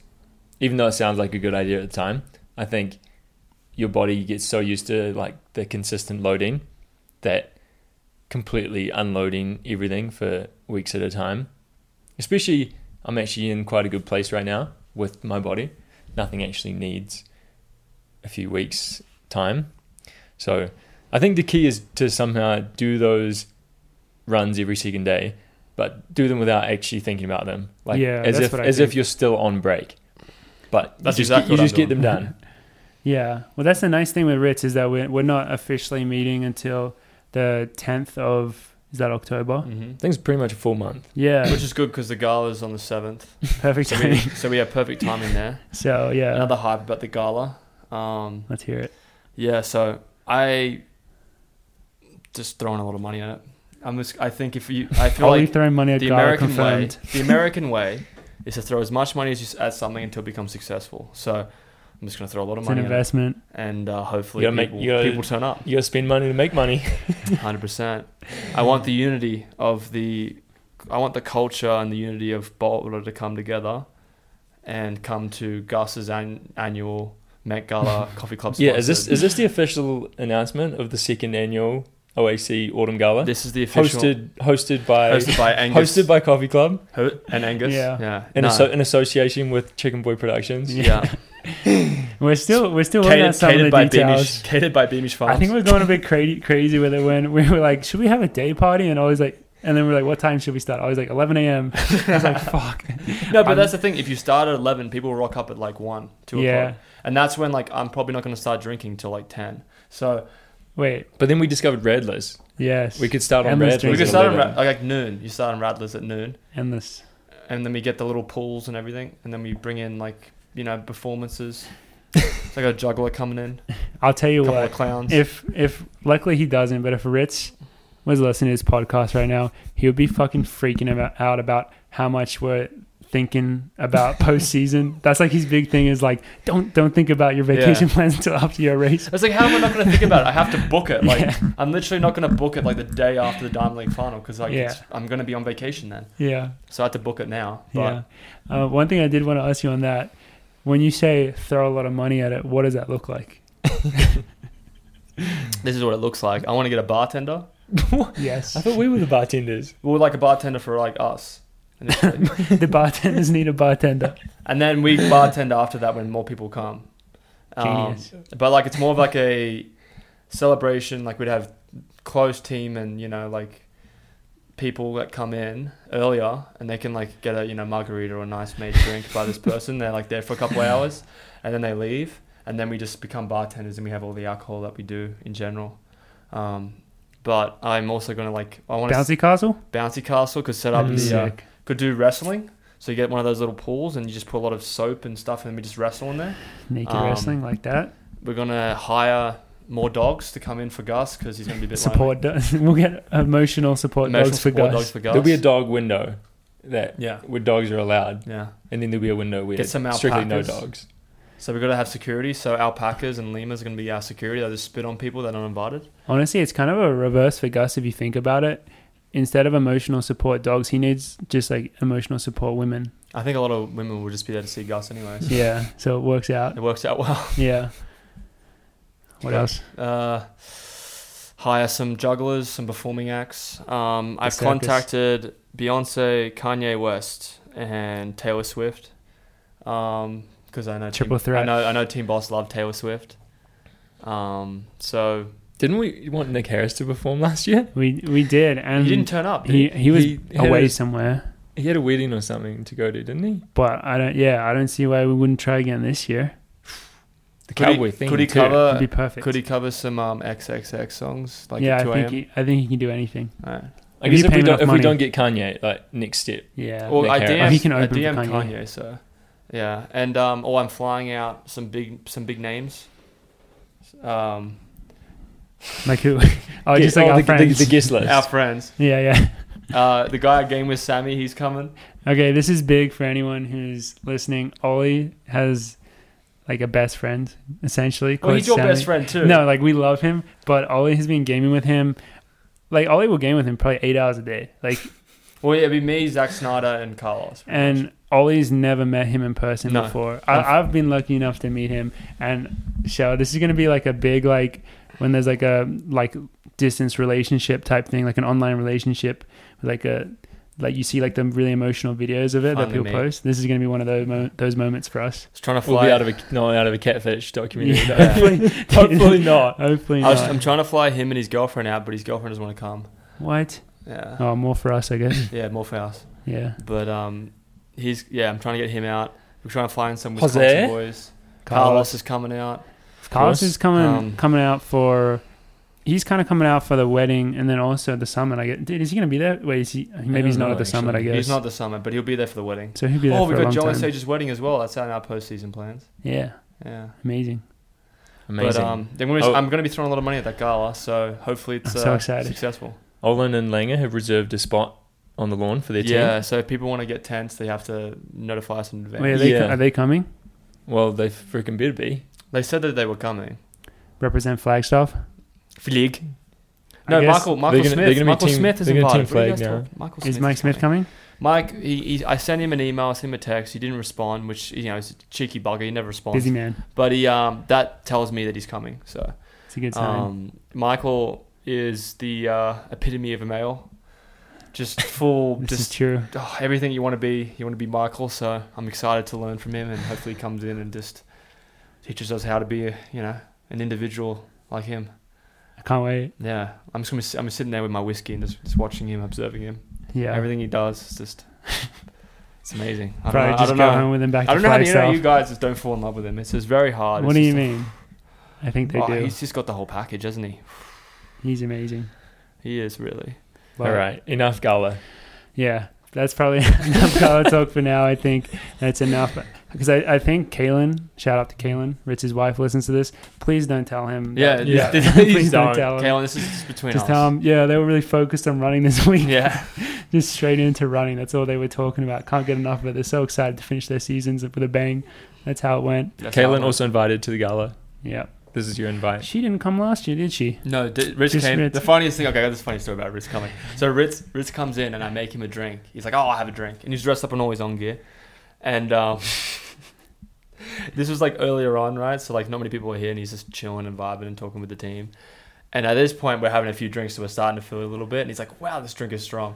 Speaker 3: Even though it sounds like a good idea at the time, I think your body gets so used to like the consistent loading that completely unloading everything for weeks at a time. Especially, I'm actually in quite a good place right now with my body. Nothing actually needs a few weeks time. So I think the key is to somehow do those runs every second day, but do them without actually thinking about them. Like
Speaker 1: Yeah,
Speaker 3: as
Speaker 1: that's
Speaker 3: if
Speaker 1: what I
Speaker 3: as
Speaker 1: think.
Speaker 3: if you're still on break. But
Speaker 2: That's
Speaker 3: you just,
Speaker 2: exactly
Speaker 3: get,
Speaker 2: what
Speaker 3: you
Speaker 2: I'm
Speaker 3: just get
Speaker 2: doing.
Speaker 3: them done.
Speaker 1: Yeah. Well, that's the nice thing with Ritz is that we're, we're not officially meeting until the 10th of, is that October?
Speaker 2: Mhm.
Speaker 3: I think it's pretty much a full month.
Speaker 1: Yeah.
Speaker 2: Which is good because the gala's on the seventh,
Speaker 1: Perfect
Speaker 2: so we,
Speaker 1: timing.
Speaker 2: so we have perfect timing there.
Speaker 1: So, yeah.
Speaker 2: Another hype about the gala. Um,
Speaker 1: Let's hear it.
Speaker 2: yeah, so I just throwing a lot of money at it. I'm just, I think if you, I feel
Speaker 1: Are we
Speaker 2: like
Speaker 1: throwing money at
Speaker 2: the
Speaker 1: Gala
Speaker 2: American
Speaker 1: confirmed?
Speaker 2: way. The American way is to throw as much money as you s- at something until it becomes successful. So I'm just going to throw a lot of
Speaker 1: It's an
Speaker 2: money at it.
Speaker 1: investment.
Speaker 2: And uh, hopefully
Speaker 3: You gotta
Speaker 2: people,
Speaker 3: make- you gotta-
Speaker 2: people turn up.
Speaker 3: You gotta spend money to make money.
Speaker 2: Hundred percent. I want the unity of the, I want the culture and the unity of Boltwater to come together, and come to Gus's an, annual Met Gala Coffee Club.
Speaker 3: yeah, is this
Speaker 2: sponsored.
Speaker 3: is this the official announcement of the second annual OAC Autumn Gala?
Speaker 2: this is the official
Speaker 3: Hosted hosted by
Speaker 2: hosted by Angus
Speaker 3: hosted by Coffee Club
Speaker 2: Ho- and Angus.
Speaker 1: Yeah.
Speaker 2: yeah.
Speaker 3: in,
Speaker 2: no.
Speaker 3: asso- in association with Chicken Boy Productions.
Speaker 2: yeah.
Speaker 1: We're still we're still working out
Speaker 2: catered,
Speaker 1: some
Speaker 2: catered
Speaker 1: of the
Speaker 2: by
Speaker 1: details.
Speaker 2: Beamish, catered by Beamish Farms.
Speaker 1: I think we're going a bit crazy crazy with it when we were like, should we have a day party? And always like, and then we're like, what time should we start? Always like 11 a.m. I was like, fuck.
Speaker 2: no, but
Speaker 1: I'm-
Speaker 2: that's the thing. If you start at eleven, people rock up at like one, two
Speaker 1: Yeah.
Speaker 2: o'clock, and that's when like I'm probably not going to start drinking till like ten. So
Speaker 1: Wait,
Speaker 3: But then we discovered Radlers.
Speaker 1: yes,
Speaker 3: We could start on
Speaker 1: Endless
Speaker 3: Radlers.
Speaker 1: drinks.
Speaker 2: we
Speaker 1: Drinks
Speaker 2: can
Speaker 1: at
Speaker 2: start on,
Speaker 3: 11.
Speaker 2: Ra- like noon. You start on Radlers at noon.
Speaker 1: endless.
Speaker 2: and then we get the little pools and everything, and then we bring in like you know performances. it's like a juggler coming in,
Speaker 1: I'll tell
Speaker 2: a
Speaker 1: you
Speaker 2: couple
Speaker 1: what.
Speaker 2: of clowns.
Speaker 1: If if luckily he doesn't, but if Ritz was listening to this podcast right now, he would be fucking freaking about, out about how much we're thinking about postseason. That's like his big thing is like don't don't think about your vacation plans until after your race.
Speaker 2: it's like how am I not going to think about it? I have to book it. Like
Speaker 1: Yeah.
Speaker 2: I'm literally not going to book it like the day after the Diamond League final because like
Speaker 1: Yeah.
Speaker 2: it's, I'm going to be on vacation then,
Speaker 1: Yeah,
Speaker 2: so I have to book it now. But
Speaker 1: yeah. Uh, one thing I did want to ask you on that: when you say throw a lot of money at it, what does that look like?
Speaker 2: this is what it looks like. I want to get a bartender.
Speaker 1: Yes,
Speaker 3: I thought we were the bartenders.
Speaker 2: Well, like a bartender for like us. And it's-
Speaker 1: the bartenders need a bartender.
Speaker 2: and then we bartend after that when more people come. Um,
Speaker 1: Genius.
Speaker 2: but like it's more of like a celebration. Like we'd have close team and you know like people that come in earlier and they can like get a you know margarita or a nice made drink by this person. They're like there for a couple of hours and then they leave and then we just become bartenders and we have all the alcohol that we do in general. Um, but I'm also gonna like I want to
Speaker 1: Bouncy castle.
Speaker 2: bouncy castle could set up
Speaker 3: Mm.
Speaker 2: the uh,
Speaker 1: Sick.
Speaker 2: could do wrestling. So you get one of those little pools and you just put a lot of soap and stuff and we just wrestle in there.
Speaker 1: Naked
Speaker 2: um,
Speaker 1: wrestling like that.
Speaker 2: We're gonna hire more dogs to come in for Gus because he's gonna be a bit
Speaker 1: Support. dogs. we'll get emotional support
Speaker 2: lonely. Emotional
Speaker 1: dogs for
Speaker 2: support
Speaker 1: guys.
Speaker 2: dogs for Gus.
Speaker 3: There'll be a dog window that
Speaker 2: yeah,
Speaker 3: where dogs are allowed,
Speaker 2: yeah.
Speaker 3: and then there'll be a window where
Speaker 2: Get some
Speaker 3: strictly no
Speaker 2: alpacas.
Speaker 3: dogs.
Speaker 2: So we're gonna have security. So alpacas and lemurs are gonna be our security. They will just spit on people that are uninvited.
Speaker 1: Honestly, it's kind of a reverse for Gus if you think about it. Instead of emotional support dogs, he needs just like emotional support women.
Speaker 2: I think a lot of women will just be there to see Gus anyway. so
Speaker 1: Yeah, so it works out.
Speaker 2: It works out well.
Speaker 1: Yeah. What else?
Speaker 2: Uh, hire some jugglers, some performing acts. Um, I've
Speaker 1: circus.
Speaker 2: contacted Beyonce, Kanye West, and Taylor Swift. Um 'cause because I know
Speaker 1: Triple
Speaker 2: team,
Speaker 1: threat.
Speaker 2: I know I know Team Boss love Taylor Swift. Um, so
Speaker 3: Didn't we want Nick Harris to perform last year?
Speaker 1: We we did, and
Speaker 2: he didn't turn up.
Speaker 1: he,
Speaker 2: He,
Speaker 1: he was
Speaker 3: He had
Speaker 1: away
Speaker 3: a-
Speaker 1: somewhere.
Speaker 3: He had a wedding or something to go to, didn't he?
Speaker 1: But I don't. Yeah, I don't see why we wouldn't try again this year.
Speaker 3: The
Speaker 2: could
Speaker 3: cowboy
Speaker 2: he,
Speaker 3: thing.
Speaker 2: could he
Speaker 3: too.
Speaker 1: It'd be
Speaker 2: cover?
Speaker 1: perfect.
Speaker 2: Uh, Could he cover some um, XXX songs like
Speaker 1: yeah,
Speaker 2: at
Speaker 1: I
Speaker 2: two
Speaker 1: think
Speaker 2: a.m.?
Speaker 1: he, I think he can do anything.
Speaker 2: Alright.
Speaker 3: I
Speaker 1: if
Speaker 3: guess
Speaker 1: you
Speaker 3: if,
Speaker 1: pay
Speaker 3: we
Speaker 1: him
Speaker 3: don't,
Speaker 1: enough
Speaker 3: if we
Speaker 1: money.
Speaker 3: don't get Kanye, like next step.
Speaker 1: Yeah.
Speaker 2: Well,
Speaker 3: Nick
Speaker 2: I
Speaker 3: Harris.
Speaker 2: DM,
Speaker 1: He can
Speaker 2: I
Speaker 1: open for
Speaker 2: DM Kanye.
Speaker 1: Kanye.
Speaker 2: so yeah, and um, oh, I'm flying out some big some big names. Um,
Speaker 1: like who? Oh, just like
Speaker 3: oh,
Speaker 1: our
Speaker 3: the, the,
Speaker 1: friends.
Speaker 3: the guest list.
Speaker 2: our friends.
Speaker 1: yeah, yeah.
Speaker 2: Uh, the guy I game with Sammy, he's coming.
Speaker 1: Okay, this is big for anyone who's listening. Ollie has like a best friend, essentially.
Speaker 2: Well, Oh, he's your
Speaker 1: Quote
Speaker 2: best
Speaker 1: Stanley.
Speaker 2: friend too.
Speaker 1: No, like we love him, but Ollie has been gaming with him. Like Ollie will game with him probably eight hours a day. Like,
Speaker 2: Well, yeah, it'd be me, Zack Snyder, and Carlos. pretty much.
Speaker 1: and Ollie's never met him in person
Speaker 2: No.
Speaker 1: before. I, I've been lucky enough to meet him, and so this is gonna be like a big like when there's like a like distance relationship type thing, like an online relationship, like a like you see like the really emotional videos of it that
Speaker 2: Finally
Speaker 1: people
Speaker 2: meet.
Speaker 1: post. This is gonna be one of those mo- those moments for us.
Speaker 2: Just trying to
Speaker 3: We'll
Speaker 2: fly
Speaker 3: be out of a no, out of a catfish documentary. uh,
Speaker 1: Yeah.
Speaker 2: Yeah.
Speaker 1: Hopefully,
Speaker 3: Hopefully not.
Speaker 1: hopefully
Speaker 2: I
Speaker 1: not.
Speaker 2: was, I'm trying to fly him and his girlfriend out, but his girlfriend doesn't want to come.
Speaker 1: what?
Speaker 2: Yeah,
Speaker 1: Oh, more for us, I guess.
Speaker 2: yeah, more for us.
Speaker 1: Yeah,
Speaker 2: But um, he's yeah, I'm trying to get him out. We're trying to find some
Speaker 3: Jose?
Speaker 2: Wisconsin boys. Carlos. is coming out.
Speaker 1: Carlos
Speaker 3: course.
Speaker 1: is coming
Speaker 2: Um,
Speaker 1: coming out for. He's kind of coming out for the wedding and then also the summit. I get. Dude, is he going to be there? Wait, is he? Maybe he's
Speaker 3: don't
Speaker 1: not at
Speaker 3: know,
Speaker 1: the summit. I
Speaker 3: actually.
Speaker 1: guess.
Speaker 2: He's not the summit, but he'll be there for the weddning.
Speaker 1: So he'll be there
Speaker 2: oh,
Speaker 1: for
Speaker 2: we
Speaker 1: a long
Speaker 2: got Joe and
Speaker 1: time.
Speaker 2: Sage's wedding as well. That's in our postseason plans.
Speaker 1: Yeah,
Speaker 2: Yeah.
Speaker 1: amazing.
Speaker 3: Amazing.
Speaker 2: But um, then we're gonna-
Speaker 3: Oh.
Speaker 2: I'm going to be throwing a lot of money at that gala, so hopefully it's
Speaker 1: I'm
Speaker 2: uh,
Speaker 1: so excited.
Speaker 2: successful.
Speaker 3: Olin and Langer have reserved a spot on the lawn for their team.
Speaker 2: Yeah, so if people want to get tents, they have to notify us in advance.
Speaker 1: Wait, are they,
Speaker 3: Yeah.
Speaker 1: are they coming?
Speaker 3: Well, they freaking better be.
Speaker 2: They said that they were coming.
Speaker 1: Represent Flagstaff.
Speaker 2: Flig.
Speaker 1: I
Speaker 2: No,
Speaker 1: guess-
Speaker 2: Michael. Michael
Speaker 3: gonna- they're
Speaker 2: Smith.
Speaker 3: gonna be
Speaker 2: Michael
Speaker 3: team-
Speaker 2: Smith is
Speaker 3: they're gonna team
Speaker 2: invited. What are you
Speaker 3: flag
Speaker 2: guys
Speaker 3: now.
Speaker 2: talking- Michael
Speaker 1: Is Mike Smith coming?
Speaker 2: Mike, he, he, I sent him an email. I sent him a text. He didn't respond, which you know is a cheeky bugger. He never responds.
Speaker 1: Busy man.
Speaker 2: But he, um, that tells me that he's coming. So,
Speaker 1: It's a good sign.
Speaker 2: um, Michael is the uh, epitome of a male. Just full,
Speaker 1: this is
Speaker 2: just
Speaker 1: true.
Speaker 2: oh, everything you want to be. You want to be Michael. So I'm excited to learn from him, and hopefully he comes in and just teaches us how to be, a, you know, an individual like him.
Speaker 1: I can't wait.
Speaker 2: Yeah, I'm just gonna, s- I'm sitting there with my whiskey and just, just watching him, observing him.
Speaker 1: Yeah.
Speaker 2: Everything he does is just it's amazing. I don't
Speaker 1: Probably
Speaker 2: know, I
Speaker 1: just
Speaker 2: don't
Speaker 1: go
Speaker 2: know.
Speaker 1: home with him back to
Speaker 2: I don't know how the internet-
Speaker 1: Flagstaff.
Speaker 2: you guys just don't fall in love with him. It's just very hard.
Speaker 1: What
Speaker 2: It's
Speaker 1: do you
Speaker 2: just like,
Speaker 1: mean? I think they
Speaker 2: oh,
Speaker 1: do. He's,
Speaker 2: He's just got the whole package, hasn't he?
Speaker 1: amazing.
Speaker 2: He is really.
Speaker 1: But,
Speaker 3: All right, enough gala.
Speaker 1: Yeah. That's probably enough color talk for now. I think that's enough. Because I, I think Kaylin, shout out to Kaylin, Rich's wife, listens to this. Please don't tell him.
Speaker 2: Yeah,
Speaker 1: that-
Speaker 3: yeah.
Speaker 1: Please
Speaker 2: Please
Speaker 1: don't,
Speaker 3: don't.
Speaker 1: tell him.
Speaker 2: Kalen, this is just between
Speaker 1: Just
Speaker 2: us.
Speaker 1: tell him, yeah, they were really focused on running this week.
Speaker 2: Yeah,
Speaker 1: Just straight into running. That's all they were talking about. Can't get enough of it. They're so excited to finish their seasons with a bang. That's how it went.
Speaker 2: That's how it
Speaker 3: Kaylin
Speaker 2: works.
Speaker 3: also invited to the gala.
Speaker 1: Yeah.
Speaker 3: This is your invite.
Speaker 1: She didn't come last year, did she?
Speaker 2: No, d- Ritz
Speaker 1: Just
Speaker 2: came.
Speaker 1: Ritz.
Speaker 2: The funniest thing. Okay, I got this funny story about Ritz coming. So Ritz, Ritz comes in and I make him a drink. He's like, "Oh, I will have a drink," and he's dressed up in all his own gear. And um, this was like earlier on, right? So like, not many people were here, and he's just chilling and vibing and talking with the team. And at this point, we're having a few drinks, so we're starting to feel a little bit. And he's like, "Wow, this drink is strong."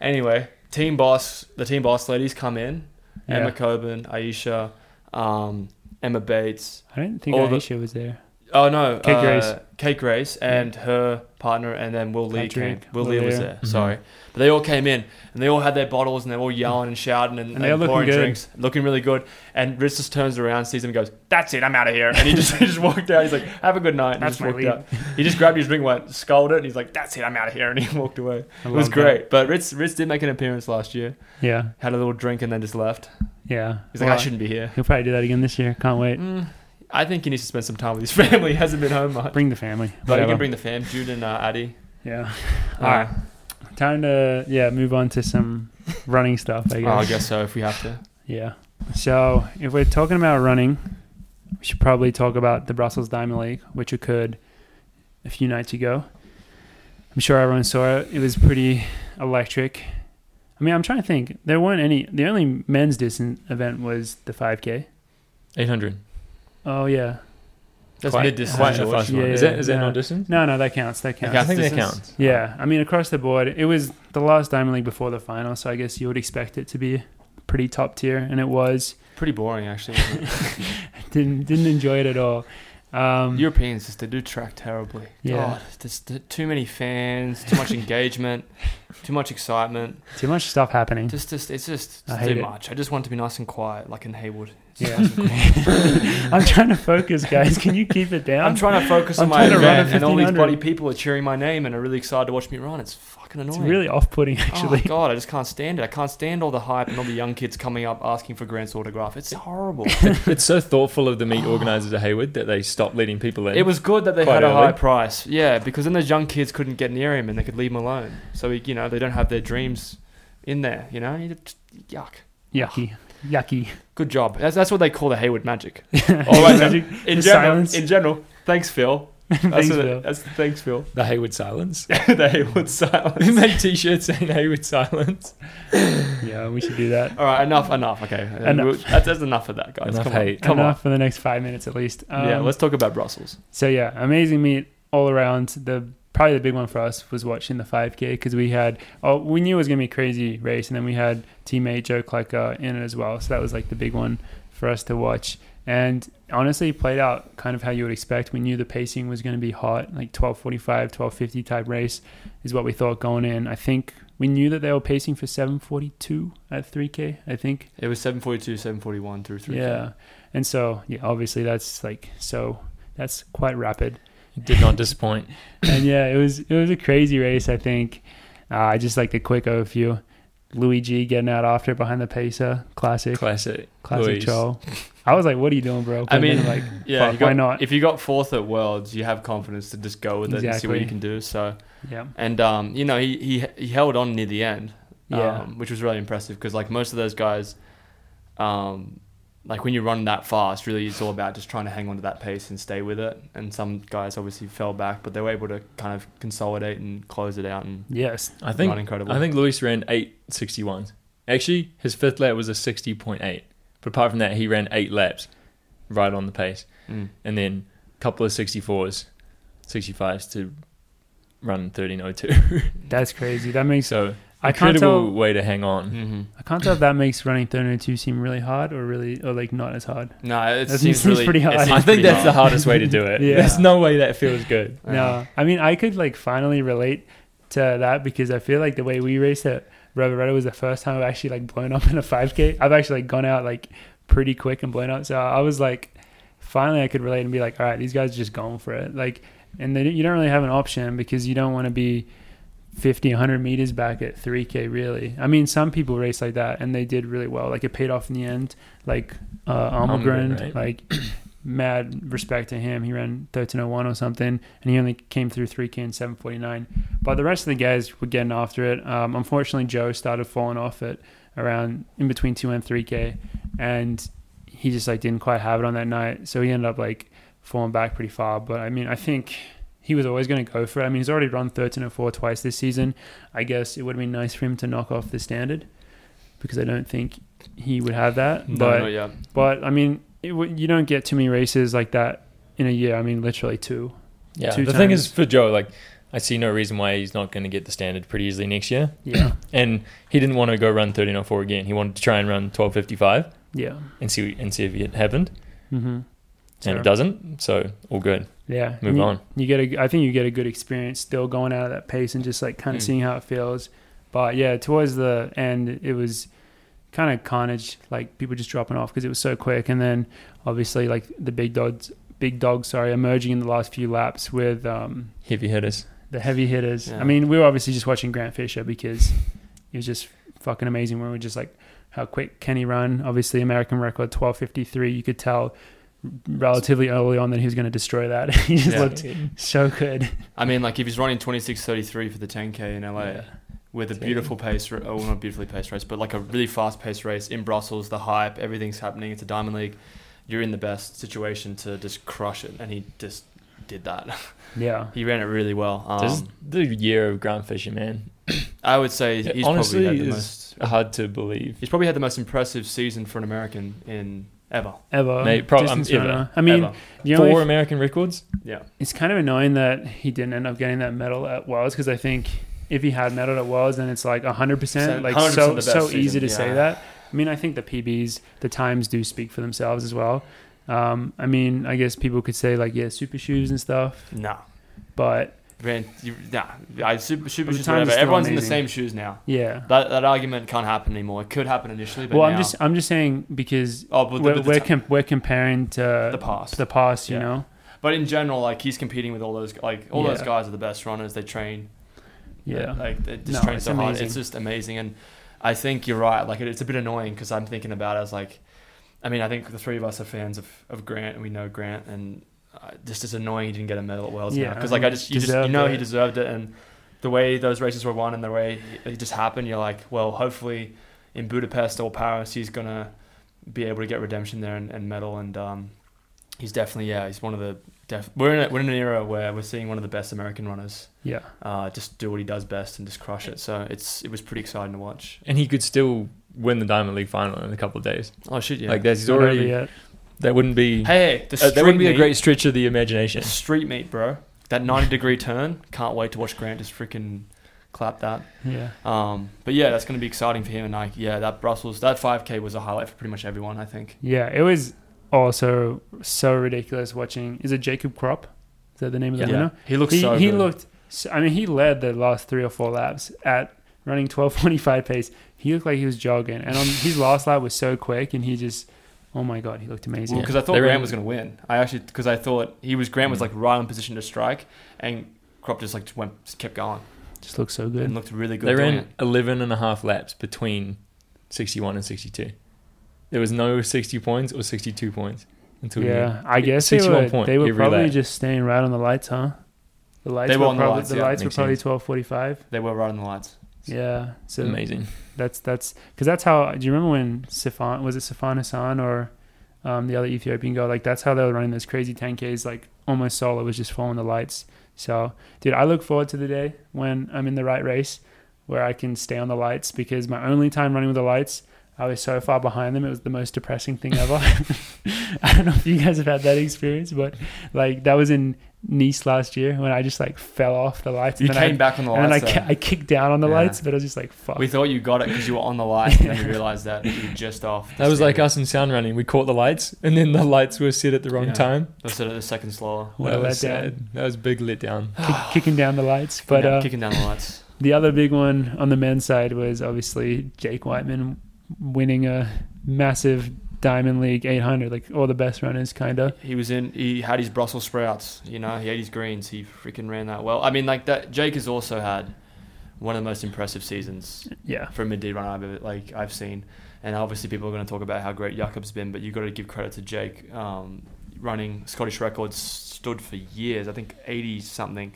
Speaker 2: Anyway, team boss, the team boss ladies come in. Emma
Speaker 1: Yeah.
Speaker 2: Coburn, Aisha, um, Emma Bates,
Speaker 1: I don't think
Speaker 2: All the-
Speaker 1: Aisha was there.
Speaker 2: Oh no,
Speaker 1: Kate
Speaker 2: uh,
Speaker 1: Grace.
Speaker 2: Kate Grace and her partner, and then Will Lee
Speaker 1: Patrick,
Speaker 2: came. Will
Speaker 1: Will
Speaker 2: Lee was
Speaker 1: Lear.
Speaker 2: there. Sorry, but they all came in and they all had their bottles and they were all yelling and shouting and,
Speaker 1: And they were looking
Speaker 2: pouring
Speaker 1: good.
Speaker 2: drinks, looking really good. And Riz just turns around, sees him, and goes, "That's it, I'm out of here." And he just he just walked out. He's like, "Have a good night." And he
Speaker 1: That's
Speaker 2: just
Speaker 1: my
Speaker 2: walked
Speaker 1: lead.
Speaker 2: out. He just grabbed his drink, went, sculled it, and he's like, "That's it, I'm out of here." And he walked away.
Speaker 1: I
Speaker 2: It was
Speaker 1: love that.
Speaker 2: great. But Ritz Ritz did make an appearance last year.
Speaker 1: Yeah.
Speaker 2: Had a little drink and then just left.
Speaker 1: Yeah.
Speaker 2: He's like,
Speaker 1: Well,
Speaker 2: "I shouldn't be here."
Speaker 1: He'll probably do that again this year. Can't wait.
Speaker 2: Mm, I think he needs to spend some time with his family. He hasn't been home much.
Speaker 1: Bring the family.
Speaker 2: But you
Speaker 1: Whatever.
Speaker 2: can bring the fam, Jude and uh, Addy. Uh,
Speaker 1: yeah.
Speaker 2: All
Speaker 1: All
Speaker 2: right.
Speaker 1: right. Time to yeah move on to some running stuff. I guess.
Speaker 2: Oh, I guess so. If we have to,
Speaker 1: Yeah. So if we're talking about running, we should probably talk about the Brussels Diamond League, which occurred a few nights ago. I'm sure everyone saw it. It was pretty electric. I mean, I'm trying to think. There weren't any. The only men's distance event was the 5K.
Speaker 3: 800.
Speaker 1: Oh yeah.
Speaker 2: that's
Speaker 3: quite,
Speaker 2: mid distance.
Speaker 3: Quite a
Speaker 2: George.
Speaker 3: fast one.
Speaker 1: Yeah,
Speaker 3: is that, is that
Speaker 1: yeah.
Speaker 3: not distance?
Speaker 1: No, no, that counts. That counts.
Speaker 3: I think that
Speaker 2: distance.
Speaker 3: counts.
Speaker 1: Yeah, I mean across the board, it was the last Diamond League before the final, so I guess you would expect it to be pretty top tier, and it was.
Speaker 2: Pretty boring, actually. Wasn't it?
Speaker 1: Didn't didn't enjoy it at all. Um,
Speaker 2: Europeans just they do track terribly.
Speaker 1: Yeah.
Speaker 2: God, there's t- too many fans, too much engagement, too much excitement.
Speaker 1: too much stuff happening.
Speaker 2: Just, just it's just
Speaker 1: I
Speaker 2: it's
Speaker 1: hate
Speaker 2: too
Speaker 1: it.
Speaker 2: much. I just want to be nice and quiet, like in Haywood. It's
Speaker 1: Yeah.
Speaker 2: nice and quiet.
Speaker 1: I'm trying to focus, guys. Can you keep it down?
Speaker 2: I'm trying to focus
Speaker 1: I'm
Speaker 2: on my
Speaker 1: trying to run
Speaker 2: event,
Speaker 1: a
Speaker 2: and all these
Speaker 1: 1500.
Speaker 2: bloody people are cheering my name and are really excited to watch me run. It's fucking annoying.
Speaker 1: it's really off-putting, actually.
Speaker 2: Oh, God, I just can't stand it. I can't stand all the hype and all the young kids coming up asking for Grant's autograph. It's horrible.
Speaker 3: it's so thoughtful of the meet organisers at Hayward that they stopped letting people in.
Speaker 2: It was good that they
Speaker 3: Quite
Speaker 2: had a
Speaker 3: early.
Speaker 2: high price, yeah, because then those young kids couldn't get near him and they could leave him alone. So you know they don't have their dreams in there. You know, You just- yuck.
Speaker 1: Yucky, yucky.
Speaker 2: Good job. That's, that's what they call the Hayward magic.
Speaker 1: Can
Speaker 2: All
Speaker 1: you
Speaker 2: right,
Speaker 1: imagine?
Speaker 2: in
Speaker 1: Just
Speaker 2: general,
Speaker 1: silence.
Speaker 2: in general. Thanks, Phil. That's
Speaker 1: Thanks,
Speaker 2: what-
Speaker 1: Bill.
Speaker 2: That's thanks, Phil.
Speaker 3: the Hayward silence.
Speaker 2: the Hayward silence.
Speaker 3: they made T-shirts saying Hayward silence.
Speaker 1: Yeah, we should do that.
Speaker 2: All right, enough, enough. Okay,
Speaker 1: Enough.
Speaker 2: We'll- That's, that's enough of that, guys.
Speaker 3: Enough
Speaker 2: Come
Speaker 3: hate.
Speaker 2: on, come
Speaker 1: Enough for the next five minutes at least.
Speaker 2: on. yeah,
Speaker 1: Um,
Speaker 2: let's talk about Brussels.
Speaker 1: So yeah, amazing meet all around. The probably the big one for us was watching the 5K because we had oh we knew it was gonna be a crazy race, and then we had teammate Joe Klecka in it as well. So that was like the big one for us to watch. And honestly, it played out kind of how you would expect. We knew the pacing was going to be hot, like 12:45, 12:50 type race is what we thought going in. I think we knew that they were pacing for 7:42 at 3K. I think
Speaker 2: It was seven forty-two, seven forty-one through three.
Speaker 1: yeah. And so, yeah, obviously that's like so that's quite rapid.
Speaker 3: It did not disappoint.
Speaker 1: And yeah, it was it was a crazy race, I think. Uh, I just like the quick overview. Luigi getting out after it behind the pacer, classic,
Speaker 3: Classic.
Speaker 1: classic
Speaker 3: Luis.
Speaker 1: troll. I was like, "What are you doing, bro?"
Speaker 2: I
Speaker 1: But then,
Speaker 2: mean,
Speaker 1: like,
Speaker 2: Yeah,
Speaker 1: fuck,
Speaker 2: you got-
Speaker 1: why not?
Speaker 2: If you got fourth at Worlds, you have confidence to just go with it and see what
Speaker 1: Exactly.
Speaker 2: you can do. So,
Speaker 1: yeah,
Speaker 2: and um, you know, he, he he held on near the end,
Speaker 1: yeah,
Speaker 2: um, which was really impressive because like most of those guys, um, like when you run that fast, really, it's all about just trying to hang on to that pace and stay with it. And some guys obviously fell back, but they were able to kind of consolidate and close it out. And
Speaker 1: Yes.
Speaker 3: I think
Speaker 2: Not incredible.
Speaker 3: I think Luis ran eight sixty one. Actually, his fifth lap was a sixty point eight. But apart from that, he ran eight laps, right on the pace,
Speaker 2: Mm.
Speaker 3: and then a couple of sixty fours, sixty fives to run thirteen oh two.
Speaker 1: That's crazy. That makes
Speaker 3: So
Speaker 1: I can't
Speaker 3: incredible
Speaker 1: tell
Speaker 3: way to hang on.
Speaker 2: hmm
Speaker 1: I can't tell if that makes running 302 seem really hard or really or like not as hard.
Speaker 2: No, it
Speaker 1: That
Speaker 2: seems,
Speaker 1: seems
Speaker 2: really.
Speaker 1: pretty
Speaker 2: it
Speaker 1: hard.
Speaker 2: seems
Speaker 3: I think
Speaker 2: pretty
Speaker 3: that's the
Speaker 2: hard.
Speaker 3: hardest way to do it.
Speaker 1: Yeah.
Speaker 3: There's no way that feels good.
Speaker 2: Yeah.
Speaker 1: No, I mean I could like finally relate to that because I feel like the way we raced at Rovereto was the first time I've actually like blown up in a 5K. I've actually like gone out like pretty quick and blown up, so I was like, finally I could relate and be like, all right, these guys are just going for it. Like, and then you don't really have an option because you don't want to be 50, 100 meters back at 3K. Really, I mean, some people race like that and they did really well. Like it paid off in the end. Like uh,
Speaker 3: Almgren,
Speaker 1: Almgren,
Speaker 3: right?
Speaker 1: like mad respect to him. He ran 1301 or something, and he only came through 3K in 749. But the rest of the guys were getting after it. Um, unfortunately, Joe started falling off at around in between 2 and 3K, and he just like didn't quite have it on that night. So he ended up like falling back pretty far. But I mean, I think he was always going to go for it. I mean, he's already run 1304 twice this season. I guess it would have been nice for him to knock off the standard because I don't think he would have that.
Speaker 2: No,
Speaker 1: but
Speaker 2: not yet.
Speaker 1: but I mean, it, w- you don't get too many races like that in a year. I mean, literally two.
Speaker 3: Yeah.
Speaker 1: Two
Speaker 3: the thing is
Speaker 1: times.
Speaker 3: for Joe, like I see no reason why he's not going to get the standard pretty easily next year.
Speaker 1: Yeah,
Speaker 3: And he didn't want to go run 1304 again. He wanted to try and run 1255
Speaker 1: yeah.
Speaker 3: and see and see if it happened.
Speaker 1: Mm-hmm.
Speaker 3: And it doesn't. So all good.
Speaker 1: Yeah.
Speaker 3: Move
Speaker 1: You-
Speaker 3: on.
Speaker 1: You get a, I think you get a good experience still going out at that pace and just like kind of
Speaker 2: Mm.
Speaker 1: seeing how it feels. But yeah, towards the end, it was kind of carnage. Like people just dropping off because it was so quick, and then obviously like the big dogs, big dogs, sorry, emerging in the last few laps with um,
Speaker 3: Heavy hitters.
Speaker 1: the heavy hitters.
Speaker 2: Yeah.
Speaker 1: I mean, we were obviously just watching Grant Fisher because it was just fucking amazing. We were just like, how quick can he run? Obviously, American record twelve fifty three. You could tell relatively early on that he was going to destroy that. he just
Speaker 2: Yeah.
Speaker 1: looked so good.
Speaker 2: I mean, like if he's running 26.33 for the 10K in LA
Speaker 1: Yeah.
Speaker 2: with a
Speaker 3: Damn.
Speaker 2: beautiful pace, ra- oh, not a beautifully paced race, but like a really fast paced race in Brussels, the hype, everything's happening. It's a Diamond League. You're in the best situation to just crush it. And he just did that.
Speaker 1: Yeah.
Speaker 2: he ran it really well.
Speaker 3: This is
Speaker 2: Um,
Speaker 3: the year of Grant Fisher, man.
Speaker 2: I would say
Speaker 3: It
Speaker 2: he's
Speaker 3: honestly
Speaker 2: probably had the
Speaker 3: is-
Speaker 2: most.
Speaker 3: Hard to believe.
Speaker 2: He's probably had the most impressive season for an American in ever.
Speaker 1: Ever.
Speaker 3: Mate, pro-
Speaker 1: distance
Speaker 3: um, ever.
Speaker 1: runner. I mean,
Speaker 2: ever.
Speaker 1: you know,
Speaker 3: Four
Speaker 1: if-
Speaker 3: American records.
Speaker 2: yeah,
Speaker 1: it's kind of annoying that he didn't end up getting that medal at Worlds because I think if he had medal at Worlds, then it's like 100%.
Speaker 2: So-
Speaker 1: Like
Speaker 2: 100%
Speaker 1: so,
Speaker 2: the best
Speaker 1: so
Speaker 2: season,
Speaker 1: easy to
Speaker 2: yeah.
Speaker 1: say that. I mean, I think the PBs, the times do speak for themselves as well. Um, I mean, I guess people could say like, yeah, super shoes and stuff,
Speaker 2: nah,
Speaker 1: but
Speaker 2: ran, you, nah. I super, super
Speaker 1: But the
Speaker 2: shoes,
Speaker 1: times are
Speaker 2: whatever.
Speaker 1: still
Speaker 2: Everyone's in the
Speaker 1: amazing.
Speaker 2: same shoes now.
Speaker 1: yeah.
Speaker 2: That, that argument can't happen anymore. It could happen initially, but
Speaker 1: Well,
Speaker 2: now-
Speaker 1: I'm just I'm just saying because
Speaker 2: oh, but the,
Speaker 1: we're
Speaker 2: but the
Speaker 1: we're,
Speaker 2: ti-
Speaker 1: com- we're comparing to
Speaker 2: the past.
Speaker 1: the past, you
Speaker 2: Yeah.
Speaker 1: know.
Speaker 2: But in general, like he's competing with all those like all those
Speaker 1: Yeah.
Speaker 2: guys are the best runners. They train,
Speaker 1: Yeah.
Speaker 2: like they just
Speaker 1: No,
Speaker 2: train
Speaker 1: it's
Speaker 2: so hard.
Speaker 1: amazing.
Speaker 2: It's just amazing, and I think you're right. Like it, it's a bit annoying because I'm thinking about it as like, I mean, I think the three of us are fans of, of Grant, and we know Grant, and uh, just as annoying he didn't get a medal at Wells yeah,
Speaker 1: Yeah,
Speaker 2: because
Speaker 1: I
Speaker 2: like I
Speaker 1: mean,
Speaker 2: just you just you
Speaker 1: deserved
Speaker 2: know
Speaker 1: it.
Speaker 2: he deserved it, and the way those races were won and the way it just happened, you're like, well, hopefully in Budapest or Paris, he's gonna be able to get redemption there and, and medal. And um, he's definitely yeah, he's one of the def- we're in a, we're in an era where we're seeing one of the best American runners
Speaker 1: Yeah.
Speaker 2: uh, just do what he does best and just crush it. So it's it was pretty exciting to watch.
Speaker 3: And he could still win the Diamond League final in a couple of days.
Speaker 2: Oh shit, yeah.
Speaker 3: Like that's he's
Speaker 1: Not over
Speaker 3: already
Speaker 1: yet.
Speaker 3: that wouldn't be
Speaker 2: hey, hey, the
Speaker 3: uh,
Speaker 2: street
Speaker 3: that wouldn't be
Speaker 2: meet,
Speaker 3: a great stretch of the imagination.
Speaker 2: the street meet, bro. That ninety degree turn. Can't wait to watch Grant just freaking clap that.
Speaker 1: Yeah.
Speaker 2: Um, but yeah, that's gonna be exciting for him. And like, yeah, that Brussels, that five k was a highlight for pretty much everyone. I think.
Speaker 1: Yeah, it was also so ridiculous watching. Is it Jacob Crop? Is that the name of the
Speaker 3: Yeah.
Speaker 1: winner?
Speaker 2: He looks
Speaker 1: He,
Speaker 2: so.
Speaker 1: he
Speaker 2: good.
Speaker 1: looked. So, I mean, he led the last three or four laps at running twelve forty five pace. He looked like he was jogging, and on his last lap was so quick, and he just, oh my god, he looked amazing.
Speaker 2: Well,
Speaker 3: Yeah.
Speaker 2: because I thought
Speaker 3: They
Speaker 2: Grant
Speaker 3: ran-
Speaker 2: was going to win. I actually because I thought he was Grant was
Speaker 3: Mm.
Speaker 2: like right in position to strike, and Crop just like just went just kept going
Speaker 1: Just looked so
Speaker 2: and
Speaker 1: good.
Speaker 2: looked really good.
Speaker 3: They
Speaker 2: doing
Speaker 3: ran 11 and a half laps between 61 and 62. There was no 60 points or 62 points until the end.
Speaker 1: Yeah, I guess they
Speaker 3: 61
Speaker 1: were.
Speaker 3: point
Speaker 1: They were
Speaker 3: every
Speaker 1: probably
Speaker 3: lap.
Speaker 1: just staying right on the lights, huh? The lights
Speaker 2: They were
Speaker 1: were,
Speaker 2: on the
Speaker 1: probably
Speaker 2: lights,
Speaker 1: the
Speaker 2: yeah,
Speaker 1: lights were
Speaker 3: makes
Speaker 1: probably
Speaker 3: sense.
Speaker 1: twelve forty five.
Speaker 2: it. They were right on the lights.
Speaker 1: Yeah, so
Speaker 3: amazing.
Speaker 1: that's that's because that's how. Do you remember when Sifan was it Sifan Hassan or um, the other Ethiopian girl. Like that's how they were running those crazy 10Ks, like almost solo was just following the lights. So, dude, I look forward to the day when I'm in the right race where I can stay on the lights because my only time running with the lights, I was so far behind them. It was the most depressing thing ever. I don't know if you guys have had that experience, but like that was in Nice last year when I just like fell off the lights.
Speaker 2: You
Speaker 1: and then I-
Speaker 2: came back on the
Speaker 1: and then I,
Speaker 2: lights.
Speaker 1: ki- I kicked down on the
Speaker 2: Yeah.
Speaker 1: lights, but I was just like, fuck.
Speaker 2: though. we thought you got it because you were on the light, and then we realized that you were just off. the
Speaker 3: That was like
Speaker 2: standard.
Speaker 3: us in sound running. We caught the lights, and then the lights were set at the wrong
Speaker 2: Yeah.
Speaker 3: time.
Speaker 2: That's it, the second slower.
Speaker 1: What
Speaker 3: that
Speaker 1: a
Speaker 3: was
Speaker 1: letdown.
Speaker 3: sad. That was a big letdown.
Speaker 1: Kick, kicking down the lights. But
Speaker 2: Yeah,
Speaker 1: uh,
Speaker 2: kicking down the lights.
Speaker 1: the other big one on the men's side was obviously Jake Whiteman winning a massive Diamond League 800, like all the best runners, kind of.
Speaker 2: He was in. He had his Brussels sprouts. You know, he ate his greens. He freaking ran that well. I mean, like that. Jake has also had one of the most impressive seasons
Speaker 1: Yeah.
Speaker 2: for a mid-day runner I've ever, like I've seen. And obviously, people are going to talk about how great Jakob's been, but you've got to give credit to Jake. Um, running Scottish records stood for years. I think eighty something,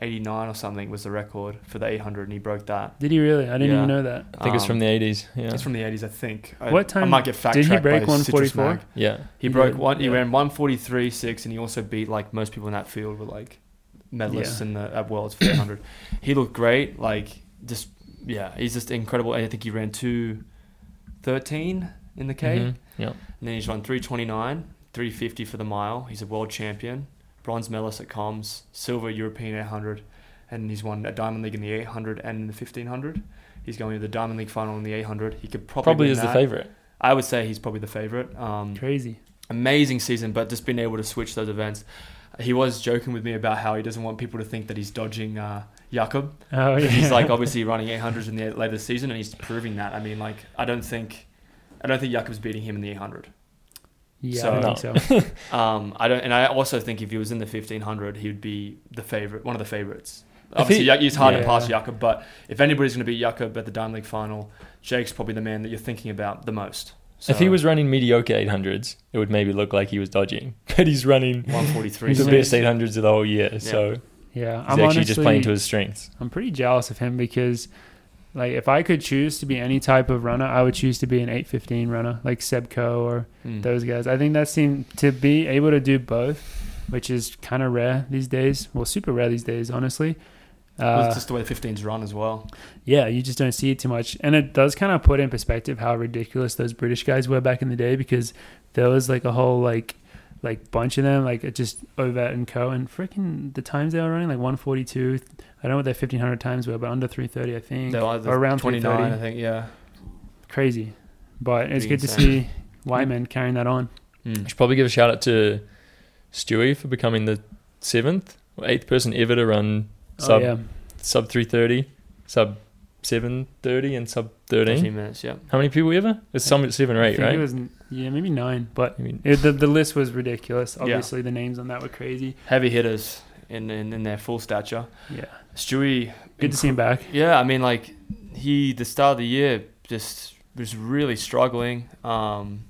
Speaker 2: eighty nine or something was the record for the eight hundred, and he broke that.
Speaker 1: Did he really? I didn't
Speaker 2: Yeah. Um,
Speaker 1: even know that.
Speaker 3: I think it's
Speaker 1: Um,
Speaker 3: from the 80s. Yeah.
Speaker 2: It's from the eighties, I think. I-
Speaker 1: What time
Speaker 2: I might get fact
Speaker 1: did he
Speaker 2: checked by
Speaker 1: break
Speaker 2: Citrus
Speaker 1: 144?
Speaker 2: Mag.
Speaker 3: yeah.
Speaker 1: He
Speaker 2: He broke
Speaker 1: did,
Speaker 2: one. He
Speaker 1: yeah.
Speaker 2: ran one forty three six, and he also beat like most people in that field were like medalists
Speaker 1: Yeah.
Speaker 2: in the at Worlds four hundred. he looked great. Like just yeah, he's just incredible. And I think he ran two thirteen in the K,
Speaker 3: Mhm. Yeah.
Speaker 2: and then he's run three twenty nine, three fifty for the mile. He's a world champion, bronze medalist at comms, silver European eight hundred, and he's won a Diamond League in the eight hundred and in the fifteen hundred. He's going to the Diamond League final in the eight hundred. He could probably
Speaker 3: Probably
Speaker 2: win
Speaker 3: is the
Speaker 2: that.
Speaker 3: favorite.
Speaker 2: I would say he's probably the favorite. Um,
Speaker 1: Crazy.
Speaker 2: amazing season, but just being able to switch those events. He was joking with me about how he doesn't want people to think that he's dodging uh, Jakob.
Speaker 1: Oh, yeah.
Speaker 2: He's like obviously running 800s in the later season, and he's proving that. I mean, like I don't think, I don't think Jakob's beating him in the 800.
Speaker 1: yeah,
Speaker 2: so-
Speaker 1: I don't think so.
Speaker 2: Um, I don't, and I also think if he was in the 1500, he would be the favorite, one of the favorites.
Speaker 3: If
Speaker 2: Obviously,
Speaker 3: he-
Speaker 2: Jak- it's hard to
Speaker 1: Yeah.
Speaker 2: pass Jakob, but if anybody's going to beat Jakob at the Diamond League final, Jake's probably the man that you're thinking about the most. So,
Speaker 3: if he was running mediocre 800s, it would maybe look like he was dodging. But he's running
Speaker 2: 143,
Speaker 3: the best 800s of the whole year. So he's
Speaker 1: Yeah. I'm
Speaker 3: actually
Speaker 1: honestly,
Speaker 3: just playing to his strengths.
Speaker 1: I'm pretty jealous of him because, like, if I could choose to be any type of runner, I would choose to be an 815 runner, like Sebco or
Speaker 2: Mm.
Speaker 1: those guys. I think that seemed to be able to do both, which is kind of rare these days. Well, super rare these days, honestly.
Speaker 2: Well,
Speaker 1: Uh,
Speaker 2: it's just the way the 15s run as well.
Speaker 1: yeah, you just don't see it too much, and it does kind of put in perspective how ridiculous those British guys were back in the day because there was like a whole like like bunch of them like it just Ovett and Co. and freaking the times they were running like 142. I don't know what their 1500 times were, but under 330, I think,
Speaker 2: They're
Speaker 1: or
Speaker 2: either
Speaker 1: around
Speaker 2: 29, I
Speaker 1: 330.
Speaker 2: think, yeah.
Speaker 1: Crazy, but it's
Speaker 2: Pretty
Speaker 1: good to
Speaker 2: insane.
Speaker 1: see Wyman carrying that on.
Speaker 3: I should probably give a shout out to Stewie for becoming the seventh or eighth person ever to run
Speaker 1: So
Speaker 3: sub sub 330, sub 730, and sub 13.
Speaker 2: 13 minutes, yeah.
Speaker 3: How many people ever? It's some at seven or
Speaker 1: I
Speaker 3: eight,
Speaker 1: think
Speaker 3: right?
Speaker 1: it was yeah, maybe nine, but
Speaker 3: I mean,
Speaker 1: it, the the list was ridiculous.
Speaker 2: Yeah.
Speaker 1: Obviously, the names on that were crazy.
Speaker 2: Heavy hitters in, in, in their full stature.
Speaker 1: Yeah,
Speaker 2: Stewie,
Speaker 1: good to see him back.
Speaker 2: yeah, I mean, like, he, the start of the year, just was really struggling um,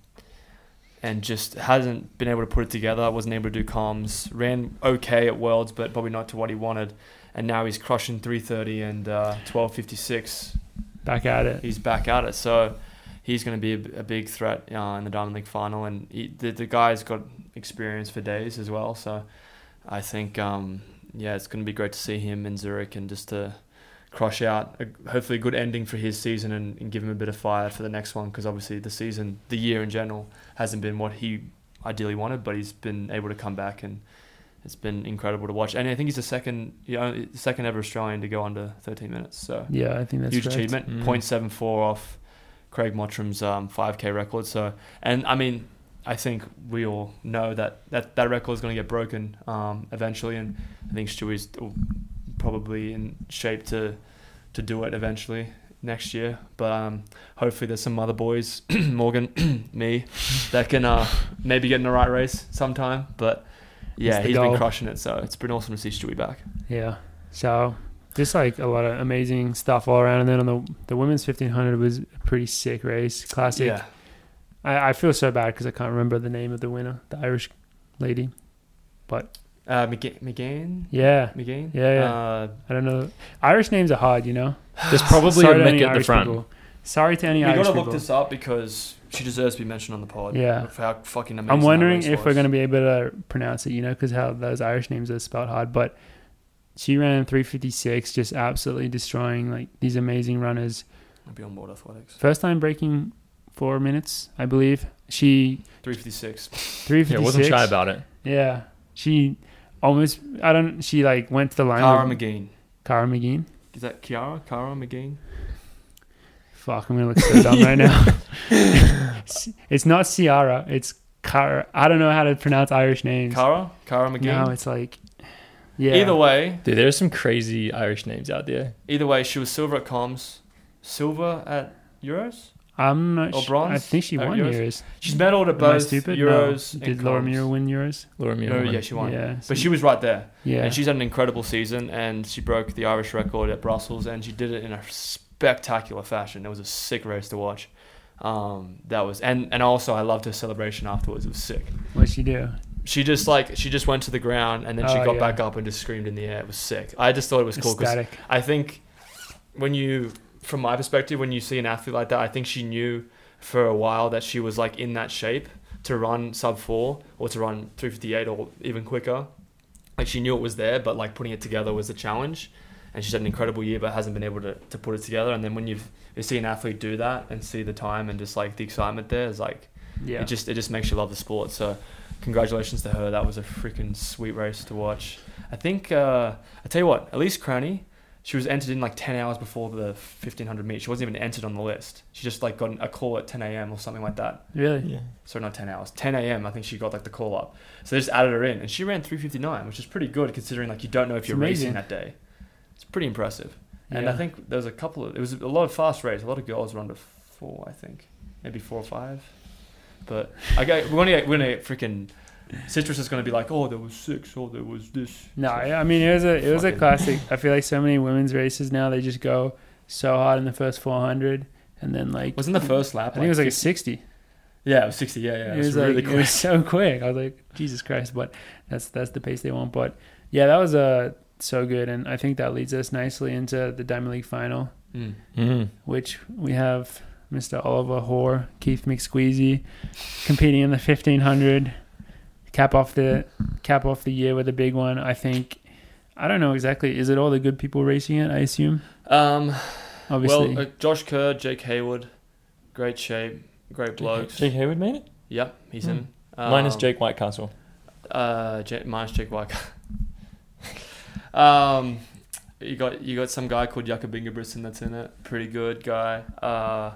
Speaker 2: and just hasn't been able to put it together. Wasn't able to do comms. Ran okay at Worlds, but probably not to what he wanted. And now he's crushing 330 and uh, 1256
Speaker 1: Back at it.
Speaker 2: he's back at it. So he's going to be a, a big threat uh, in the Diamond League final, and he, the, the guy's got experience for days as well. So I think um, yeah, it's going to be great to see him in Zurich and just to crush out a, hopefully a good ending for his season and, and give him a bit of fire for the next one because obviously the season, the year in general, hasn't been what he ideally wanted, but he's been able to come back and. It's been incredible to watch, and I think he's the second, you know, second ever Australian to go under 13 minutes. So
Speaker 1: Yeah, I think that's
Speaker 2: huge
Speaker 1: correct.
Speaker 2: achievement.
Speaker 3: Mm.
Speaker 2: 0.74 off Craig Mottram's um, 5K record. So, and I mean, I think we all know that that, that record is going to get broken um, eventually, and I think Stewie's probably in shape to to do it eventually next year. But um, hopefully, there's some other boys, Morgan, me, that can uh, maybe get in the right race sometime. But yeah,
Speaker 1: That's the
Speaker 2: he's been
Speaker 1: goal.
Speaker 2: crushing it, so it's been awesome to see Stewie back.
Speaker 1: Yeah. So just like a lot of amazing stuff all around. And then on the the women's fifteen hundred was a pretty sick race, classic.
Speaker 2: Yeah,
Speaker 1: I, I feel so bad because I can't remember the name of the winner, the Irish lady.
Speaker 2: uh, McGa- McGain.
Speaker 1: Yeah,
Speaker 2: McGain.
Speaker 1: Yeah, yeah.
Speaker 2: Uh,
Speaker 1: I don't know. Irish names are hard, you know.
Speaker 3: there's probably
Speaker 1: Sorry to
Speaker 3: a Mick
Speaker 1: any
Speaker 3: at the
Speaker 1: Irish
Speaker 3: front.
Speaker 1: people. Sorry to any
Speaker 2: we
Speaker 1: Irish
Speaker 2: gotta look
Speaker 1: people.
Speaker 2: this up because she deserves to be mentioned on the pod.
Speaker 1: Yeah.
Speaker 2: of how fucking amazing.
Speaker 1: I'm
Speaker 2: that
Speaker 1: wondering
Speaker 2: race
Speaker 1: if we're
Speaker 2: was.
Speaker 1: going to be able to pronounce it, you know, because how those Irish names are spelled hard. But she ran 356, just absolutely destroying like these amazing runners.
Speaker 2: I'll be on board athletics.
Speaker 1: First time breaking four minutes, I believe. She
Speaker 2: Three fifty six.
Speaker 3: Yeah,
Speaker 1: 356.
Speaker 3: I wasn't shy about it.
Speaker 1: Yeah, she almost. I don't. She like went to the line.
Speaker 2: Cara
Speaker 1: with-
Speaker 2: McGean.
Speaker 1: Cara McGean.
Speaker 2: Is that Kiara? Cara McGean?
Speaker 1: Fuck, I'm gonna look so dumb right now. It's- it's not Ciara. It's Cara. I don't know how to pronounce Irish names.
Speaker 2: Cara? Cara McGean?
Speaker 1: No, it's like. Yeah.
Speaker 2: Either way,
Speaker 3: Dude, there are some crazy Irish names out there.
Speaker 2: either way, she was silver at comms, silver at Euros.
Speaker 1: I'm not
Speaker 2: Or
Speaker 1: sure. I
Speaker 2: bronze
Speaker 1: think she
Speaker 2: at
Speaker 1: won
Speaker 2: Euros?
Speaker 1: Euros.
Speaker 2: She's medaled at
Speaker 1: Am I
Speaker 2: both
Speaker 1: stupid?
Speaker 2: Euros.
Speaker 1: no.
Speaker 2: and
Speaker 1: Did Laura
Speaker 2: comms.
Speaker 1: Muir win Euros?
Speaker 3: Laura Muir.
Speaker 2: No,
Speaker 3: won.
Speaker 2: yeah, she won.
Speaker 1: Yeah.
Speaker 2: But she was right there,
Speaker 1: yeah.
Speaker 2: and she's had an incredible season, and she broke the Irish record at Brussels, and she did it in a spectacular fashion. It was a sick race to watch. Um, that was, and and also I loved her celebration afterwards. It was sick.
Speaker 1: What'd she do?
Speaker 2: She just like she just went to the ground and then she
Speaker 1: Oh,
Speaker 2: got
Speaker 1: yeah.
Speaker 2: back up and just screamed in the air. It was sick. I just thought it was cool because
Speaker 1: Ecstatic.
Speaker 2: I think when you, from my perspective, when you see an athlete like that, I think she knew for a while that she was like in that shape to run sub four or to run 358 or even quicker. Like she knew it was there, but like putting it together was the challenge. And she's had an incredible year, but hasn't been able to, to put it together. And then when you've you see an athlete do that and see the time and just like the excitement there is like
Speaker 1: Yeah.
Speaker 2: it just it just makes you love the sport. So congratulations to her. That was a freaking sweet race to watch. I think uh, I tell you what, Elise Cranny, she was entered in like ten hours before the fifteen hundred meet. She wasn't even entered on the list. She just like got a call at ten a.m. or something like that.
Speaker 1: really?
Speaker 3: Yeah.
Speaker 2: So not ten hours, ten a.m. I think she got like the call up. So they just added her in, and she ran three fifty nine, which is pretty good considering like you don't know if
Speaker 1: It's
Speaker 2: you're
Speaker 1: amazing.
Speaker 2: racing that day. It's pretty impressive. And I
Speaker 1: Yeah.
Speaker 2: think there was a couple of it was a lot of fast race. A lot of girls were under four, I think, maybe four or five. But I got, we're gonna get, we're gonna get freaking citrus is gonna be like, oh, there was six, oh, there was this.
Speaker 1: No,
Speaker 2: So-
Speaker 1: I I mean it was a it was a
Speaker 2: Fucking-
Speaker 1: classic. I feel like so many women's races now they just go so hard in the first 400 and then like
Speaker 2: wasn't the first
Speaker 1: I
Speaker 2: lap.
Speaker 1: think it was like a
Speaker 2: 50
Speaker 1: 60.
Speaker 2: yeah, it was sixty. Yeah, yeah,
Speaker 1: it was
Speaker 2: really
Speaker 1: like
Speaker 2: quick.
Speaker 1: it was so quick. I was like Jesus Christ, but that's that's the pace they want. But yeah, that was uh, so good, and I think that leads us nicely into the Diamond League final,
Speaker 2: Mm.
Speaker 3: Mm.
Speaker 1: which we have Mr. Oliver Hoare, Keith McSqueezy, competing in the 1500. Cap off the cap off the year with a big one. I think. I don't know exactly. Is it all the good people racing it? I assume.
Speaker 2: Um,
Speaker 1: Obviously.
Speaker 2: well, uh, Josh Kerr, Jake Hayward, great shape, great blokes.
Speaker 3: Jake Hayward made it?
Speaker 2: Yep, he's
Speaker 1: Hmm.
Speaker 2: in. Um,
Speaker 3: Minus Jake Whitecastle.
Speaker 2: Uh, J- minus Jake White. um, you got you got some guy called Jakob Ingebrigtsen that's in it. Pretty good guy. Uh,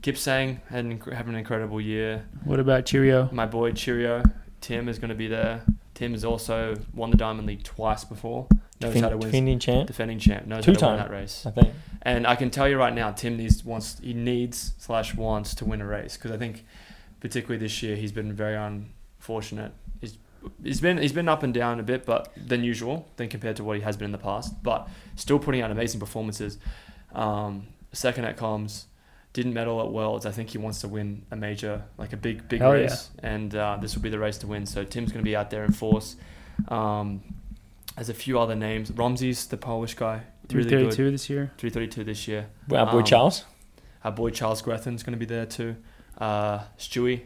Speaker 2: Gipsang had an, inc- had an incredible year.
Speaker 1: what about Cheerio?
Speaker 2: My boy Cheerio Tim is going to be there. Tim has also won the Diamond League twice before. Knows how to
Speaker 3: Defend-
Speaker 2: win.
Speaker 3: Defending champ,
Speaker 2: Defending champ knows how to
Speaker 3: Two-time.
Speaker 2: win that race.
Speaker 3: I think.
Speaker 2: And I can tell you right now, Tim needs wants he needs slash wants to win a race because I think, particularly this year, he's been very unfortunate. He's he's been he's been up and down a bit, but than usual than compared to what he has been in the past. But still putting out amazing performances. Um, second at comms, didn't medal at worlds. I think he wants to win a major, like a big big
Speaker 1: Hell yeah.
Speaker 2: race, and uh, this will be the race to win. So Tim's going to be out there in force. Um, there's a few other names. Romsey's the Polish guy, really good.
Speaker 1: 332 this year.
Speaker 2: 332 this year.
Speaker 3: Our boy
Speaker 2: Um,
Speaker 3: Charles.
Speaker 2: Our boy Charles Grethen's going to be there too. Uh, Stewie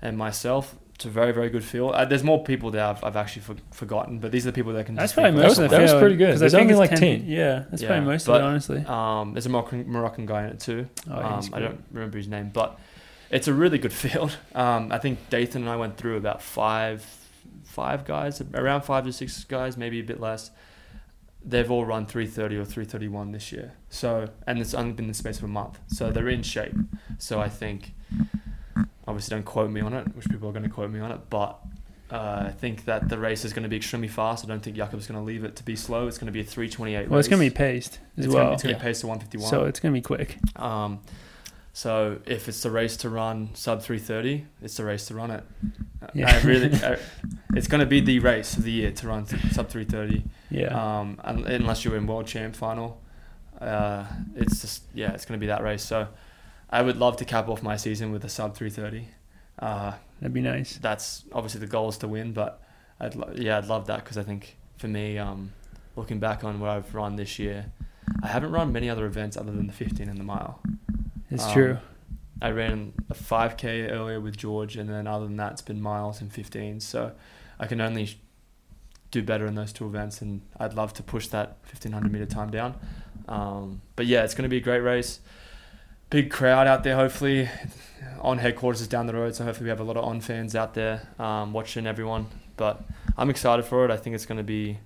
Speaker 2: and myself. It's a very, very good field. Uh, there's more people there I've, I've actually for, forgotten, but these are the people that I can
Speaker 1: That's
Speaker 2: just
Speaker 1: probably
Speaker 2: think
Speaker 1: most
Speaker 2: off
Speaker 1: of the
Speaker 2: the
Speaker 3: That was
Speaker 1: field,
Speaker 3: pretty good.
Speaker 1: 'cause I
Speaker 3: There's
Speaker 1: think
Speaker 3: only
Speaker 1: it's
Speaker 3: like 10.
Speaker 1: Yeah, that's
Speaker 2: Yeah,
Speaker 1: probably most
Speaker 2: but-
Speaker 1: of it, honestly.
Speaker 2: top. Um, there's a Moroccan, Moroccan guy in it too.
Speaker 1: Oh, yeah,
Speaker 2: Um,
Speaker 1: he's
Speaker 2: I
Speaker 1: good.
Speaker 2: don't remember his name, but it's a really good field. Um, I think Dathan and I went through about five, five guys, around five to six guys, maybe a bit less. They've all run 330 or 331 this year. So, and it's only been in the space of a month. So they're in shape. So I think, obviously, don't quote me on it, which people are going to quote me on it, but. Uh, I think that the race is going to be extremely fast. I don't think Jakob's going to leave it to be slow. It's going to be a 328
Speaker 1: Well, it's gonna be
Speaker 2: race.
Speaker 1: paced as
Speaker 2: It's
Speaker 1: well,
Speaker 2: Gonna, it's going to
Speaker 3: Yeah.
Speaker 2: be paced to 151.
Speaker 1: so it's gonna be quick.
Speaker 2: Um, so if it's the race to run sub 330, it's the race to run it. I-
Speaker 1: Yeah.
Speaker 2: I really, I, it's going to be the race of the year to run th- sub 330.
Speaker 1: Yeah,
Speaker 2: Um, un- unless you're in world champ final, uh, it's just yeah, it's going to be that race. So I would love to cap off my season with a sub 330. Uh,
Speaker 1: that'd be nice.
Speaker 2: that's obviously the goal is to win, but I'd lo- yeah, I'd love that because I think for me, um, looking back on what I've run this year, I haven't run many other events other than the 15 and the mile.
Speaker 1: It's
Speaker 2: Um,
Speaker 1: true.
Speaker 2: I ran a 5K earlier with George, and then other than that, it's been miles and 15. So I can only sh- do better in those two events, and I'd love to push that 1500 meter time down. Um, but yeah, it's going to be a great race. Big crowd out there, hopefully. On headquarters is down the road, so hopefully we have a lot of on fans out there um, watching everyone. But I'm excited for it. I think it's going to be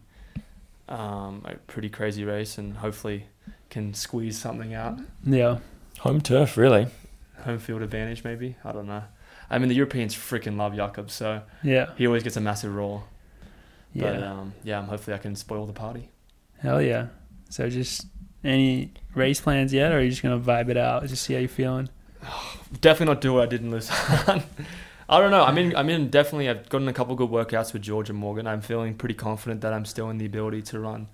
Speaker 2: um, a pretty crazy race, and hopefully can squeeze something out
Speaker 1: Yeah.
Speaker 3: Home turf, really.
Speaker 2: home field advantage, maybe. I don't know. I mean, the Europeans freaking love Jakob, so
Speaker 1: Yeah.
Speaker 2: he always gets a massive roar.
Speaker 1: Yeah.
Speaker 2: But um, yeah, um, hopefully I can spoil the party.
Speaker 1: Hell yeah. So just any race plans yet or are you just gonna vibe it out? Just see how you're feeling?
Speaker 2: Definitely not do what I did in Lausanne. I don't know. I mean, I mean, definitely I've gotten a couple good workouts with George and Morgan. I'm feeling pretty confident that I'm still in the ability to run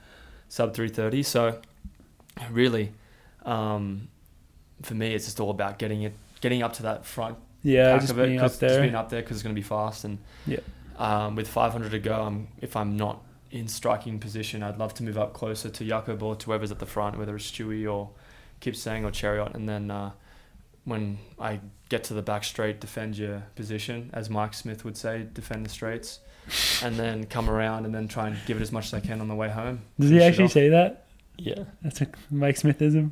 Speaker 2: sub 330. So really, um, for me, it's just all about getting it, getting up to that front
Speaker 1: Yeah,
Speaker 2: pack
Speaker 1: just
Speaker 2: of it,
Speaker 1: being
Speaker 2: 'cause-
Speaker 1: up there.
Speaker 2: Just being up there because it's going to be fast and
Speaker 1: Yeah.
Speaker 2: Um, with 500 to go, I'm, if I'm not in striking position, I'd love to move up closer to Jakob or to whoever's at the front, whether it's Stewie or Kipsang or Chariot, and then uh, when I get to the back straight, defend your position, as Mike Smith would say, defend the straights, and then come around and then try and give it as much as I can on the way home.
Speaker 1: Does he
Speaker 2: Finish it
Speaker 1: actually
Speaker 2: off.
Speaker 1: say that?
Speaker 3: Yeah.
Speaker 1: That's a Mike Smithism.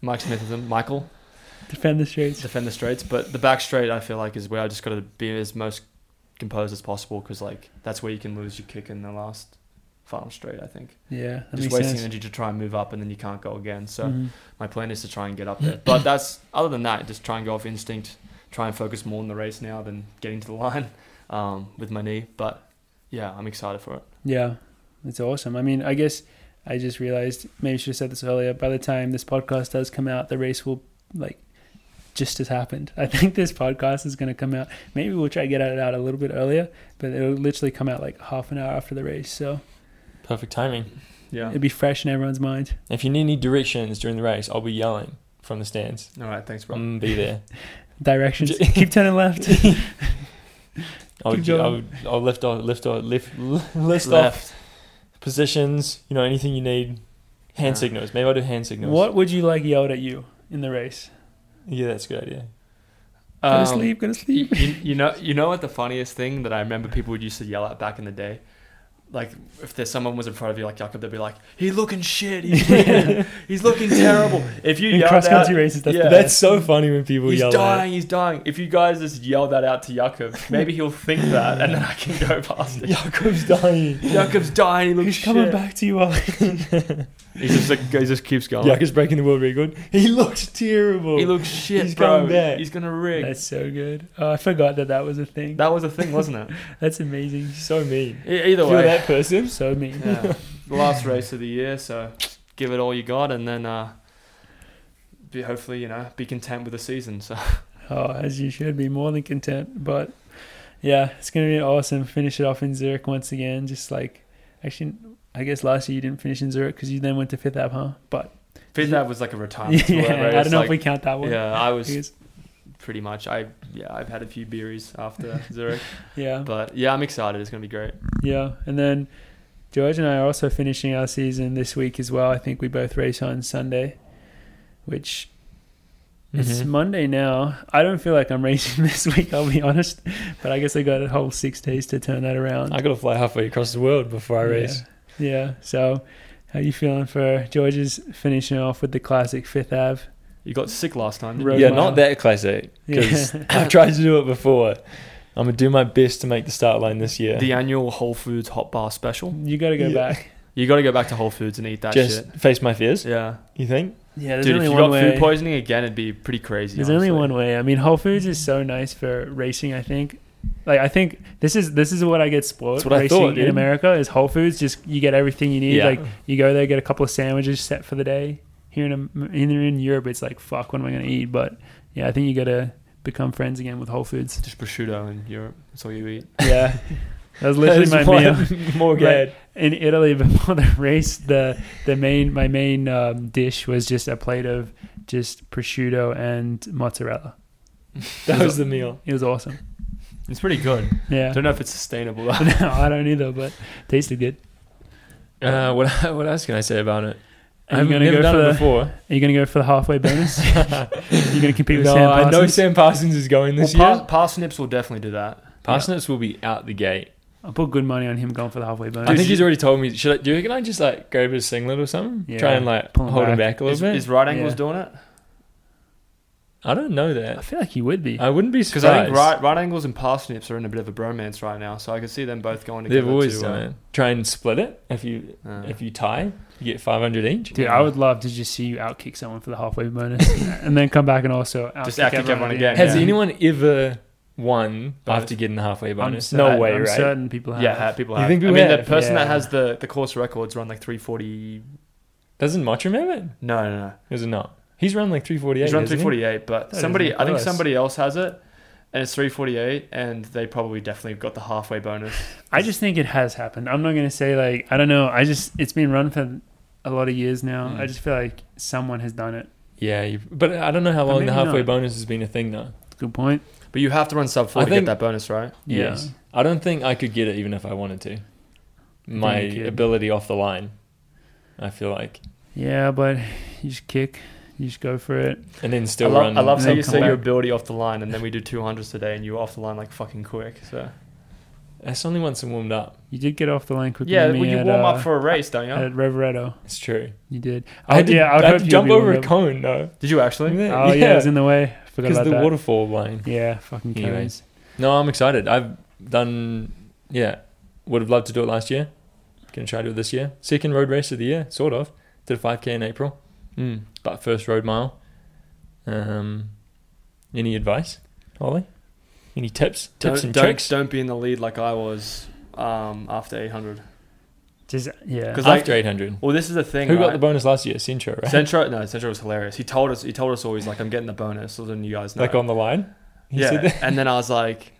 Speaker 2: Mike Smithism, Michael?
Speaker 1: Defend the straights.
Speaker 2: defend the straights. But the back straight, I feel like, is where I just got to be as most composed as possible because like that's where you can lose your kick in the last final straight. I think
Speaker 1: Yeah, that
Speaker 2: just
Speaker 1: makes
Speaker 2: wasting
Speaker 1: sense.
Speaker 2: energy to try and move up and then you can't go again. So
Speaker 1: Mhm.
Speaker 2: my plan is to try and get up there. But that's other than that, just try and go off instinct. Try and focus more on the race now than getting to the line um, with my knee. But yeah, I'm excited for it.
Speaker 1: Yeah, it's awesome. I mean, I guess I just realized maybe I should have said this earlier. By the time this podcast does come out, the race will like just as happened. I think this podcast is going to come out. Maybe we'll try to get it out a little bit earlier, but it'll literally come out like half an hour after the race, so
Speaker 3: Perfect timing.
Speaker 2: Yeah.
Speaker 1: it'll be fresh in everyone's mind.
Speaker 3: If you need any directions during the race, I'll be yelling from the stands.
Speaker 2: All right. Thanks, bro.
Speaker 3: I'm gonna be there.
Speaker 1: Directions: keep turning left.
Speaker 3: I'll,
Speaker 1: Keep
Speaker 3: ju- I'll,
Speaker 1: going.
Speaker 3: I'll lift off, lift off, lift, list off
Speaker 2: Left.
Speaker 3: positions. You know, anything you need. Hand
Speaker 2: Yeah.
Speaker 3: signals. Maybe I'll do hand signals.
Speaker 1: what would you like yelled at you in the race?
Speaker 3: Yeah, that's a good idea.
Speaker 1: Go to
Speaker 2: Um,
Speaker 1: sleep. Go to
Speaker 2: you,
Speaker 1: sleep.
Speaker 2: you- you know, you know what the funniest thing that I remember people would used to yell at back in the day, like if there's someone was in front of you like Jakob, they'd be like, "He's looking shit. He's looking, he's looking terrible." If you
Speaker 1: In
Speaker 2: yell
Speaker 1: cross country
Speaker 2: that,
Speaker 1: races, that's
Speaker 2: Yeah.
Speaker 1: the best.
Speaker 3: That's so funny when people
Speaker 2: he's
Speaker 3: yell.
Speaker 2: dying. He's dying. If you guys just yell that out to Jakob, maybe he'll think that, and then I can go past
Speaker 3: At it.
Speaker 2: it.
Speaker 3: Jakob's dying.
Speaker 2: Jakob's dying. He looks
Speaker 1: He's coming
Speaker 2: shit.
Speaker 1: back to you all.
Speaker 2: He just like, he just keeps going.
Speaker 3: Jakob's breaking the world record. He looks terrible.
Speaker 2: He looks shit,
Speaker 3: He's
Speaker 2: bro.
Speaker 3: coming back.
Speaker 2: He's gonna rig.
Speaker 1: That's so good. Oh, I forgot that that was a thing.
Speaker 2: that was a thing, wasn't
Speaker 1: That's amazing.
Speaker 3: so mean.
Speaker 2: it? E- Either
Speaker 3: Feel
Speaker 2: way,
Speaker 3: that person.
Speaker 1: So mean.
Speaker 2: yeah, the last race of the year, so give it all you got, and then uh, be hopefully you know be content with the season. So
Speaker 1: Oh, as you should be more than content. But yeah, it's gonna be awesome. Finish it off in Zurich once again. Just like actually, I guess last year you didn't finish in Zurich because you then went to Fifth Ave, huh? But
Speaker 2: Fifth Ave was like a retirement. tour
Speaker 1: yeah,
Speaker 2: race,
Speaker 1: I don't know
Speaker 2: like-
Speaker 1: if we count that one.
Speaker 2: Yeah, I
Speaker 1: I
Speaker 2: was
Speaker 1: guess-
Speaker 2: pretty much. I yeah, I've had a few beeries after Zurich,
Speaker 1: yeah,
Speaker 2: but yeah, I'm excited. It's gonna be great.
Speaker 1: yeah. And then George and I are also finishing our season this week as well. I think we both race on Sunday, which
Speaker 2: Mm-hmm.
Speaker 1: It's Monday now. I don't feel like I'm racing this week, I'll be honest. But I guess I got a whole six days to turn that around.
Speaker 3: I gotta fly halfway across the world before I
Speaker 1: Yeah.
Speaker 3: race.
Speaker 1: yeah. So how you feeling for George's finishing off with the classic Fifth Ave?
Speaker 2: You got sick last time. didn't
Speaker 1: Road
Speaker 2: you?
Speaker 3: Yeah,
Speaker 1: mile.
Speaker 3: not that classic. Because
Speaker 1: Yeah.
Speaker 3: I've tried to do it before. I'm gonna do my best to make the start line this year.
Speaker 2: The annual Whole Foods hot bar special.
Speaker 1: You got to go
Speaker 3: Yeah.
Speaker 1: back.
Speaker 2: You got to go back to Whole Foods and eat that
Speaker 3: Just
Speaker 2: shit.
Speaker 3: face my fears.
Speaker 2: Yeah,
Speaker 3: You think?
Speaker 1: Yeah, there's
Speaker 2: dude. If
Speaker 1: only
Speaker 2: you
Speaker 1: one
Speaker 2: got
Speaker 1: way.
Speaker 2: food poisoning again, it'd be pretty crazy.
Speaker 1: there's only
Speaker 2: honestly.
Speaker 1: one way. I mean, Whole Foods is so nice for racing. I think. Like I think this is this is what I get spoiled
Speaker 3: That's what I
Speaker 1: racing
Speaker 3: thought,
Speaker 1: in
Speaker 3: dude.
Speaker 1: America is Whole Foods. Just you get everything you need.
Speaker 3: Yeah.
Speaker 1: Like you go there, get a couple of sandwiches set for the day. Here in Am- in, in Europe, it's like fuck, what am I gonna eat? But yeah, I think you gotta become friends again with Whole Foods.
Speaker 2: Just prosciutto in Europe. That's all you eat.
Speaker 1: Yeah, that was literally my
Speaker 3: That's
Speaker 1: meal
Speaker 3: why- More
Speaker 1: Right.
Speaker 3: good.
Speaker 1: in Italy before the race. The the main my main um, dish was just a plate of just prosciutto and mozzarella.
Speaker 3: That was the meal.
Speaker 1: It was awesome.
Speaker 2: It's pretty good.
Speaker 1: Yeah,
Speaker 2: I don't know if it's sustainable. though.
Speaker 1: no, I don't either, but tasted good.
Speaker 3: Uh, what what else can I say about it?
Speaker 1: Are you
Speaker 3: I've
Speaker 1: going to go
Speaker 3: never done
Speaker 1: for
Speaker 3: it
Speaker 1: the?
Speaker 3: before.
Speaker 1: Are you going to go for the halfway bonus? You're going to compete with
Speaker 3: no,
Speaker 1: Sam
Speaker 3: I
Speaker 1: Parsons?
Speaker 3: know Sam Parsons is going
Speaker 2: Well,
Speaker 3: this
Speaker 2: par-
Speaker 3: year.
Speaker 2: parsnips will definitely do that.
Speaker 3: Parsons will be out the gate.
Speaker 1: I put good money on him going for the halfway bonus.
Speaker 3: I think he's already told me. Should I, do you reckon I just like go to a singlet or something?
Speaker 1: Yeah,
Speaker 3: Try and like
Speaker 1: pull him
Speaker 3: hold him
Speaker 1: back.
Speaker 3: back a little
Speaker 2: Is,
Speaker 3: bit.
Speaker 2: is right angles
Speaker 1: Yeah.
Speaker 2: doing it?
Speaker 3: I don't know
Speaker 1: I
Speaker 3: that.
Speaker 1: feel like he would be.
Speaker 3: I wouldn't be
Speaker 2: Because
Speaker 3: surprised.
Speaker 2: I think right right angles and parsnips are in a bit of a bromance right now, so I could see them both going together.
Speaker 3: They've always
Speaker 2: to, uh,
Speaker 3: done it. Try and split it. If you
Speaker 2: uh,
Speaker 3: if you tie, you get five hundred each.
Speaker 1: Dude, I would love to just see you outkick someone for the halfway bonus and then come back and also outkick
Speaker 2: Just outkick
Speaker 1: everyone,
Speaker 2: everyone
Speaker 1: at the
Speaker 2: again,
Speaker 1: end.
Speaker 3: Has
Speaker 2: Yeah.
Speaker 3: anyone ever won
Speaker 2: Both.
Speaker 3: after getting the halfway
Speaker 1: I'm
Speaker 3: bonus?
Speaker 1: cer-
Speaker 3: no way,
Speaker 1: I'm
Speaker 3: right?
Speaker 1: certain people have.
Speaker 2: yeah, ha- people
Speaker 3: You
Speaker 2: have.
Speaker 3: think
Speaker 2: I
Speaker 3: people
Speaker 2: mean, the
Speaker 3: have?
Speaker 2: person
Speaker 1: Yeah.
Speaker 2: that has the, the course records run like 340.
Speaker 3: Doesn't Mottram have it?
Speaker 2: No, no, no.
Speaker 3: Is it not? He's run like three forty eight.
Speaker 2: He's run 348, but
Speaker 3: That
Speaker 2: somebody,
Speaker 3: isn't
Speaker 2: I think
Speaker 3: close.
Speaker 2: somebody else has it, and it's 348, and they probably definitely got the halfway bonus.
Speaker 1: I just think it has happened. I'm not going to say like I don't know. I just it's been run for a lot of years now.
Speaker 3: Mm.
Speaker 1: I just feel like someone has done it.
Speaker 3: Yeah, you, but I don't know how
Speaker 1: But
Speaker 3: long the
Speaker 1: maybe
Speaker 3: halfway
Speaker 1: not.
Speaker 3: bonus has been a thing though.
Speaker 1: Good point.
Speaker 2: But you have to run sub
Speaker 3: I
Speaker 2: four to get
Speaker 3: think-
Speaker 2: that bonus, right?
Speaker 1: Yeah.
Speaker 3: Yes. I don't think I could get it even if I wanted to. My
Speaker 1: you could.
Speaker 3: ability off the line. I feel like.
Speaker 1: Yeah, but you just kick. You just go for it.
Speaker 3: And then still
Speaker 2: I love,
Speaker 3: run
Speaker 2: I love
Speaker 1: and
Speaker 2: how
Speaker 1: then
Speaker 2: you
Speaker 1: come
Speaker 2: say your
Speaker 1: back.
Speaker 2: ability off the line, and then we do 200s today, and you're off the line like fucking quick. So
Speaker 3: that's only once I'm warmed up.
Speaker 1: You did get off the line quickly.
Speaker 2: yeah,
Speaker 1: with me
Speaker 2: well, you
Speaker 1: at,
Speaker 2: warm
Speaker 1: uh,
Speaker 2: up for a race, don't you?
Speaker 1: at Reveretto.
Speaker 3: It's true.
Speaker 1: You did. Oh,
Speaker 3: I had to,
Speaker 1: yeah, would
Speaker 3: I had
Speaker 1: hope
Speaker 3: to
Speaker 1: you'd
Speaker 3: jump
Speaker 1: be
Speaker 3: over a
Speaker 1: warmed up.
Speaker 3: cone though.
Speaker 2: Did you actually?
Speaker 1: Oh yeah, it was in the way. I forgot
Speaker 3: because
Speaker 1: about
Speaker 3: the
Speaker 1: that.
Speaker 3: waterfall line.
Speaker 1: Yeah, fucking
Speaker 3: Anyway.
Speaker 1: cones.
Speaker 3: No, I'm excited. I've done. Yeah, would have loved to do it last year. Gonna try to do it this year. Second road race of the year, sort of. Did a 5k in April,
Speaker 2: Mm.
Speaker 3: but first road mile. Um, any advice, Ollie? Any tips? Tips
Speaker 2: Don't,
Speaker 3: and
Speaker 2: don't,
Speaker 3: tricks?
Speaker 2: don't be in the lead like I was um, after 800.
Speaker 1: Just yeah.
Speaker 2: 'Cause like-
Speaker 3: After 800.
Speaker 2: Well, this is the thing.
Speaker 3: Who got
Speaker 2: right?
Speaker 3: the bonus last year? Centro, right?
Speaker 2: Centro, no, Centro was hilarious. He told us, he told us always like, "I'm getting the bonus," so then you guys know.
Speaker 3: Like on the line. He
Speaker 2: yeah,
Speaker 3: said that.
Speaker 2: and then I was like,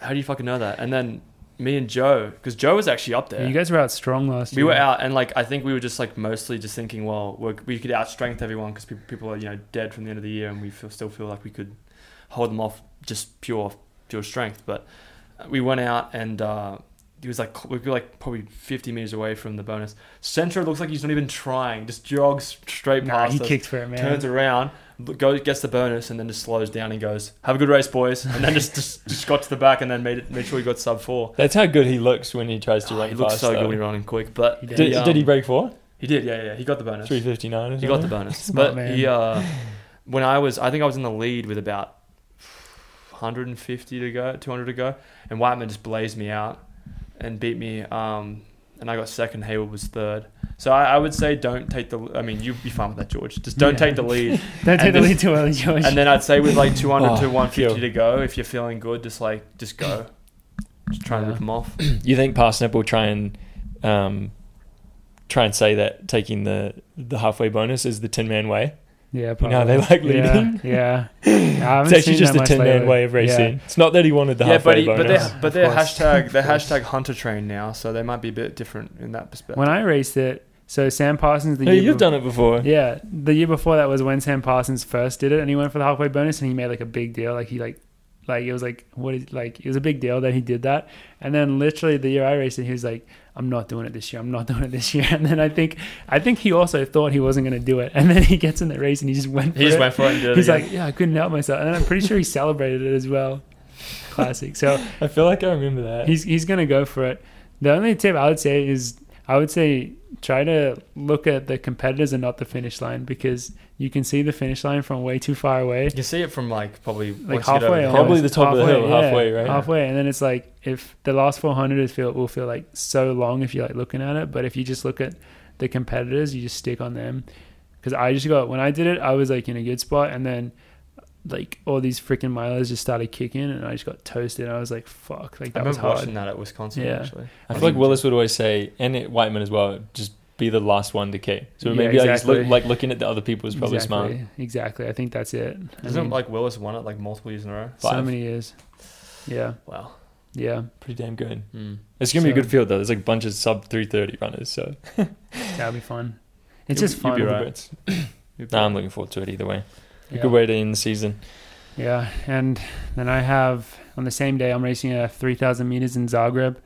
Speaker 2: "How do you fucking know that?" And then me and Joe, because Joe was actually up there.
Speaker 1: You guys were out strong last
Speaker 2: we
Speaker 1: year.
Speaker 2: were out, and like I think we were just like mostly just thinking, well, we're, we could outstrength everyone because people, people are you know dead from the end of the year, and we feel, still feel like we could hold them off just pure pure strength. But uh, we went out, and uh, he was like we were like probably fifty meters away from the bonus. Centro looks like he's not even trying; just jogs straight
Speaker 1: Nah,
Speaker 2: past
Speaker 1: he
Speaker 2: us,
Speaker 1: kicked for it, man.
Speaker 2: turns around. look- Goes, gets the bonus and then just slows down and goes, "Have a good race, boys!" And then just just, just got to the back and then made it, made sure he got sub four. Ah,
Speaker 3: That's how good he looks when he tries to
Speaker 2: Oh,
Speaker 3: run
Speaker 2: he
Speaker 3: fast.
Speaker 2: looks so
Speaker 3: though.
Speaker 2: good when he's running quick, but um,
Speaker 1: He
Speaker 3: Did,
Speaker 1: Yeah.
Speaker 3: did he break four?
Speaker 2: he did, yeah, yeah, yeah. He got the bonus.
Speaker 3: 359 or
Speaker 2: He got the
Speaker 3: something?
Speaker 2: bonus.
Speaker 1: Smart
Speaker 2: but
Speaker 1: man.
Speaker 2: he, uh, when I was, I think I was in the lead with about 150 to go, 200 to go, and Whiteman just blazed me out and beat me. Um, and I got second. Hayward was third. So I, I would say don't take the. I mean, you'd be fine with that, George. Just don't
Speaker 1: Yeah.
Speaker 2: take the lead.
Speaker 1: Don't take
Speaker 2: and
Speaker 1: the
Speaker 2: this-
Speaker 1: lead too early, George.
Speaker 2: and then I'd say with like 200
Speaker 3: Oh,
Speaker 2: to 150
Speaker 3: phew.
Speaker 2: to go, if you're feeling good, just like just go. Just try and
Speaker 1: Yeah.
Speaker 2: rip them off.
Speaker 3: You think Parsnip will try and um, try and say that taking the the halfway bonus is the Tin Man way?
Speaker 1: yeah,
Speaker 3: You know how they
Speaker 1: Yeah,
Speaker 3: like leading.
Speaker 1: yeah. I
Speaker 3: It's
Speaker 1: haven't
Speaker 3: actually
Speaker 1: seen that
Speaker 3: just the
Speaker 1: much
Speaker 3: Tin Man
Speaker 1: lately.
Speaker 3: way of racing. It's not that he wanted the
Speaker 2: yeah, but,
Speaker 3: halfway
Speaker 2: he, but
Speaker 3: bonus.
Speaker 2: they're but they're
Speaker 1: Of course.
Speaker 2: hashtag they're
Speaker 1: Of course.
Speaker 2: hashtag hunter train now, so they might be a bit different in that perspective.
Speaker 1: When I raced it, so Sam Parsons the
Speaker 3: No,
Speaker 1: year
Speaker 3: you've
Speaker 1: bef-
Speaker 3: done it before.
Speaker 1: Yeah, the year before that was when Sam Parsons first did it, and he went for the halfway bonus, and he made like a big deal. Like he like, like it was like what is like it was a big deal that he did that. And then literally the year I raced it, he was like, "I'm not doing it this year. I'm not doing it this year." And then I think I think he also thought he wasn't going to do it, and then he gets in the race and he just went. For
Speaker 2: He just
Speaker 1: it.
Speaker 2: went for it and did it
Speaker 1: He's
Speaker 2: again.
Speaker 1: like, "Yeah, I couldn't help myself," and I'm pretty sure he celebrated it as well. Classic. So
Speaker 3: I feel like I remember that.
Speaker 1: he's he's gonna go for it. The only tip I would say is I would say try to look at the competitors and not the finish line because you can see the finish line from way too far away,
Speaker 2: You can see it from like probably
Speaker 1: like
Speaker 2: once you get over
Speaker 1: halfway.
Speaker 2: the
Speaker 1: almost.
Speaker 2: hill.
Speaker 3: Probably the top of the hill, halfway, right?
Speaker 1: Halfway, and then it's like if the last 400 is feel will feel like so long if you're like looking at it, but if you just look at the competitors, you just stick on them. Because I just got when I did it, I was like in a good spot, and then like all these freaking milers just started kicking, and I just got toasted. And I was like, "Fuck!" Like
Speaker 2: I
Speaker 1: that was
Speaker 2: remember
Speaker 1: hard.
Speaker 2: watching that at Wisconsin
Speaker 1: Yeah.
Speaker 2: actually.
Speaker 3: I feel like Willis would always say, and it, Whiteman as well, just be the last one to kick. So
Speaker 1: Yeah,
Speaker 3: maybe like, just look,
Speaker 1: exactly.
Speaker 3: like looking at the other people is probably
Speaker 1: exactly.
Speaker 3: smart.
Speaker 1: Exactly. I think that's it. I
Speaker 2: Isn't
Speaker 1: mean,
Speaker 2: like Willis won it like multiple years in a row?
Speaker 1: so
Speaker 3: five?
Speaker 1: many years. Yeah.
Speaker 2: Wow.
Speaker 1: Yeah.
Speaker 3: Pretty damn good.
Speaker 1: Hmm.
Speaker 2: Mm.
Speaker 3: It's gonna be
Speaker 1: So-
Speaker 3: a good field though. There's like a bunch of sub 330 runners, so
Speaker 1: That'll be fun. It's
Speaker 2: You'll-
Speaker 1: just
Speaker 2: you'll
Speaker 1: fun.
Speaker 2: be right.
Speaker 3: It's- Nah, I'm looking forward to it either way. A
Speaker 1: Yeah.
Speaker 3: good way to end the season.
Speaker 1: Yeah. And then I have on the same day I'm racing a 3000 meters in Zagreb.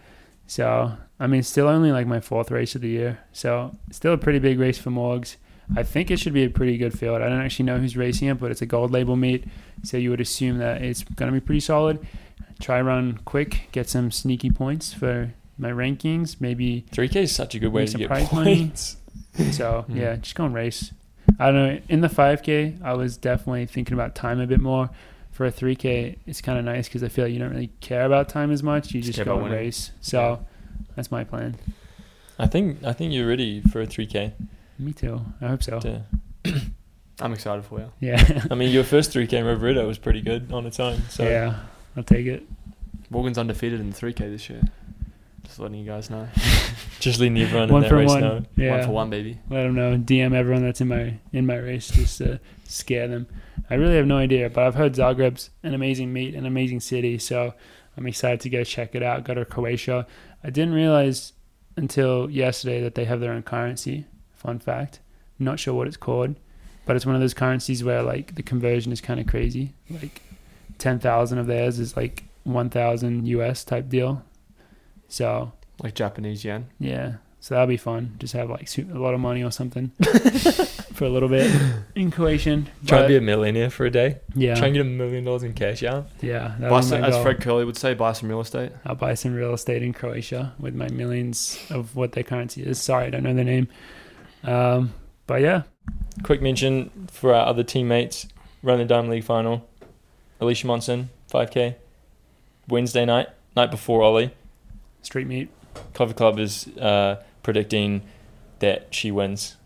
Speaker 1: So, I mean, it's still only like my fourth race of the year. So, it's still a pretty big race for Morgs. I think it should be a pretty good field. I don't actually know who's racing it, but it's a gold label meet, so you would assume that it's going to be pretty solid. Try run quick, get some sneaky points for my rankings, maybe.
Speaker 3: 3K is such a good way
Speaker 1: Make
Speaker 3: to
Speaker 1: some
Speaker 3: get
Speaker 1: prize money.
Speaker 3: points.
Speaker 1: So
Speaker 3: Hmm.
Speaker 1: yeah, just go and race. I don't know. In the 5K, I was definitely thinking about time a bit more. For a 3K, it's kind of nice because I feel like you don't really care about time as much. You
Speaker 2: Just
Speaker 1: just,
Speaker 2: care
Speaker 1: go
Speaker 2: about
Speaker 1: and
Speaker 2: winning.
Speaker 1: race. So that's my plan.
Speaker 3: I think I think you're ready for a 3K.
Speaker 1: Me too. I hope so.
Speaker 3: to-
Speaker 2: I'm excited for you.
Speaker 1: Yeah.
Speaker 3: I mean, your first 3K in Riverita was pretty good on its own. So
Speaker 1: yeah. I'll take it.
Speaker 2: Morgan's undefeated in the 3K this year. Just letting you guys know.
Speaker 3: just letting everyone in
Speaker 1: one
Speaker 3: that
Speaker 1: for
Speaker 3: race
Speaker 1: one.
Speaker 3: know.
Speaker 1: Yeah.
Speaker 2: One for one, baby.
Speaker 1: Let them know. DM everyone that's in my in my race just to scare them. I really have no idea, but I've heard Zagreb's an amazing meet, an amazing city, so I'm excited to go check it out. Go to Croatia. I didn't realize until yesterday that they have their own currency. Fun fact. Not sure what it's called, but it's one of those currencies where like the conversion is kind of crazy. Like ten thousand of theirs is like one thousand US type deal. So
Speaker 2: Like Japanese yen.
Speaker 1: yeah. So that'll be fun. Just have like su- a lot of money or something for a little bit in Croatian. But,
Speaker 3: Try and be a millionaire for a day.
Speaker 1: yeah.
Speaker 3: Try and get a million dollars in cash out.
Speaker 1: yeah.
Speaker 2: Buy
Speaker 1: That'll be
Speaker 2: some,
Speaker 1: my
Speaker 2: as
Speaker 1: goal.
Speaker 2: Fred Curley would say, buy some real estate.
Speaker 1: I'll buy some real estate in Croatia with my millions of what their currency is. Sorry, I don't know their name. Um, but yeah,
Speaker 3: Quick mention for our other teammates running Diamond League final. Alicia Monson, 5K. Wednesday night, night before Ollie.
Speaker 1: street meat.
Speaker 3: Cover Club is uh, predicting that she wins.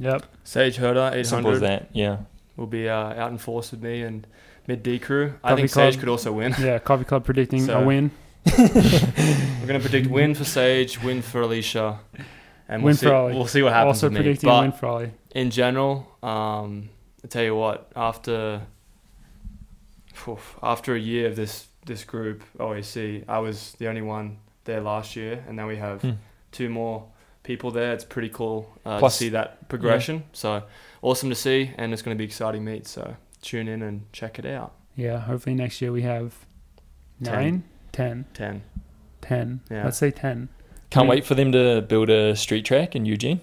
Speaker 1: Yep.
Speaker 2: Sage Herder,
Speaker 3: Simple
Speaker 2: 800,
Speaker 3: as that, yeah.
Speaker 2: will be uh, out in force with me and mid D crew. I
Speaker 1: Coffee
Speaker 2: think
Speaker 1: Club.
Speaker 2: Sage could also win.
Speaker 1: Yeah. Coffee Club predicting
Speaker 2: So-
Speaker 1: a win.
Speaker 2: We're going to predict win for Sage, win for Alicia, and we'll,
Speaker 1: Win
Speaker 2: see,
Speaker 1: for Ollie.
Speaker 2: we'll see what happens
Speaker 1: Also
Speaker 2: with me.
Speaker 1: predicting
Speaker 2: But
Speaker 1: a win for Ollie.
Speaker 2: in general, um, I tell you what, after phew, after a year of this this group OAC, I was the only one there last year, and now we have
Speaker 3: Hmm.
Speaker 2: two more people there. It's pretty cool uh,
Speaker 3: Plus-
Speaker 2: to see that progression. So awesome to see, and it's going to be exciting meet. So tune in and check it out.
Speaker 1: Yeah. Hopefully next year we have
Speaker 2: Ten.
Speaker 1: nine, ten,
Speaker 2: Ten.
Speaker 1: ten.
Speaker 2: Yeah.
Speaker 1: Let's say ten.
Speaker 3: Can't
Speaker 1: Yeah.
Speaker 3: wait for them to build a street track in Eugene.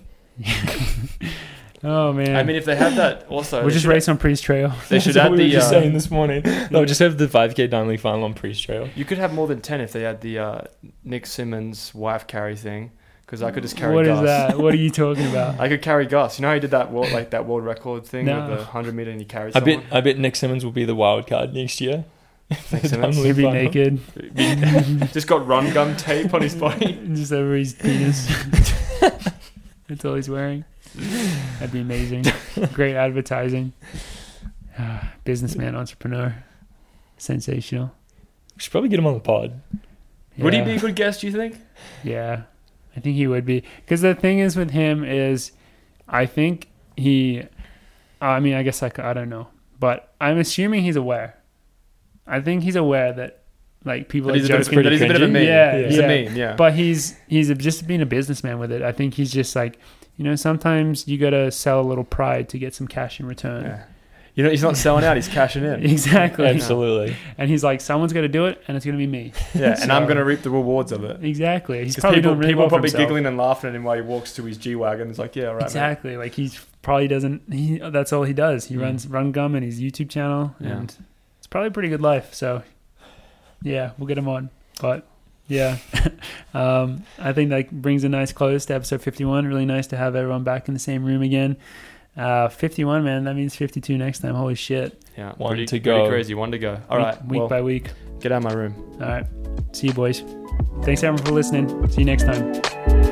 Speaker 1: Oh man.
Speaker 2: I mean, if they have that, also
Speaker 1: we'll
Speaker 2: they
Speaker 1: just
Speaker 2: should-
Speaker 1: race on Priest Trail.
Speaker 2: They should add the.
Speaker 3: just
Speaker 2: uh,
Speaker 3: saying this morning. They'll just have the 5K Diamond League final on Priest Trail.
Speaker 2: You could have more than ten if they had the uh, Nick Simmons wife carry thing, because I could just carry.
Speaker 1: What is
Speaker 2: Gus.
Speaker 1: that? What are you talking about?
Speaker 2: I could carry Gus. You know how he did that world, like that world record thing
Speaker 1: No.
Speaker 2: with the hundred meter and he carried
Speaker 3: I
Speaker 2: someone.
Speaker 3: bet I bet Nick Simmons will be the wild card next year.
Speaker 2: Nick Simmons.
Speaker 1: He'd be naked.
Speaker 2: Just got run gum tape on his body.
Speaker 1: Just over his penis. That's all he's wearing. That'd be amazing. Great advertising. Ah, Businessman, entrepreneur. Sensational.
Speaker 3: We should probably get him on the pod.
Speaker 2: Would he
Speaker 1: Yeah.
Speaker 2: be a good guest? Do you think?
Speaker 1: Yeah, I think he would be. Because the thing is with him is, I think he. uh, I mean, I guess I, c- I don't know, but I'm assuming he's aware. I think he's aware that like people
Speaker 2: That
Speaker 1: are
Speaker 2: he's, a bit, of,
Speaker 1: joking.
Speaker 2: that he's a bit of a
Speaker 3: cringy.
Speaker 2: meme.
Speaker 1: Yeah,
Speaker 2: he's
Speaker 1: yeah.
Speaker 2: a meme. Yeah.
Speaker 1: But he's he's just being a businessman with it. I think he's just like, you know, sometimes you gotta sell a little pride to get some cash in return.
Speaker 2: Yeah. you know, he's not selling out. He's cashing in.
Speaker 1: uh, Exactly.
Speaker 3: Absolutely.
Speaker 1: And he's like, someone's gonna do it, and it's gonna be me.
Speaker 2: Yeah, and I'm
Speaker 1: So-
Speaker 2: going to reap the rewards of it.
Speaker 1: Exactly. He's
Speaker 2: Because
Speaker 1: probably
Speaker 2: people,
Speaker 1: doing really
Speaker 2: people
Speaker 1: well
Speaker 2: are
Speaker 1: for
Speaker 2: probably
Speaker 1: himself.
Speaker 2: giggling and laughing at him while he walks to his G wagon. It's like, yeah, all right. mate.
Speaker 1: exactly. Like he's probably doesn't. He that's all he does. He
Speaker 2: Mm.
Speaker 1: runs Run Gum and his YouTube channel,
Speaker 2: Yeah.
Speaker 1: and it's probably a pretty good life. So, yeah, we'll get him on. But yeah, um, I think that brings a nice close to episode fifty-one. Really nice to have everyone back in the same room again. Uh, fifty-one, man. That means fifty-two next time. Holy shit!
Speaker 2: Yeah.
Speaker 3: One
Speaker 2: pretty,
Speaker 3: to
Speaker 2: pretty
Speaker 3: go.
Speaker 2: crazy. One to go. All
Speaker 1: week,
Speaker 2: right.
Speaker 1: week
Speaker 2: well,
Speaker 1: by week.
Speaker 2: get out of my room.
Speaker 1: All right. See you, boys. Thanks everyone for listening. See you next time.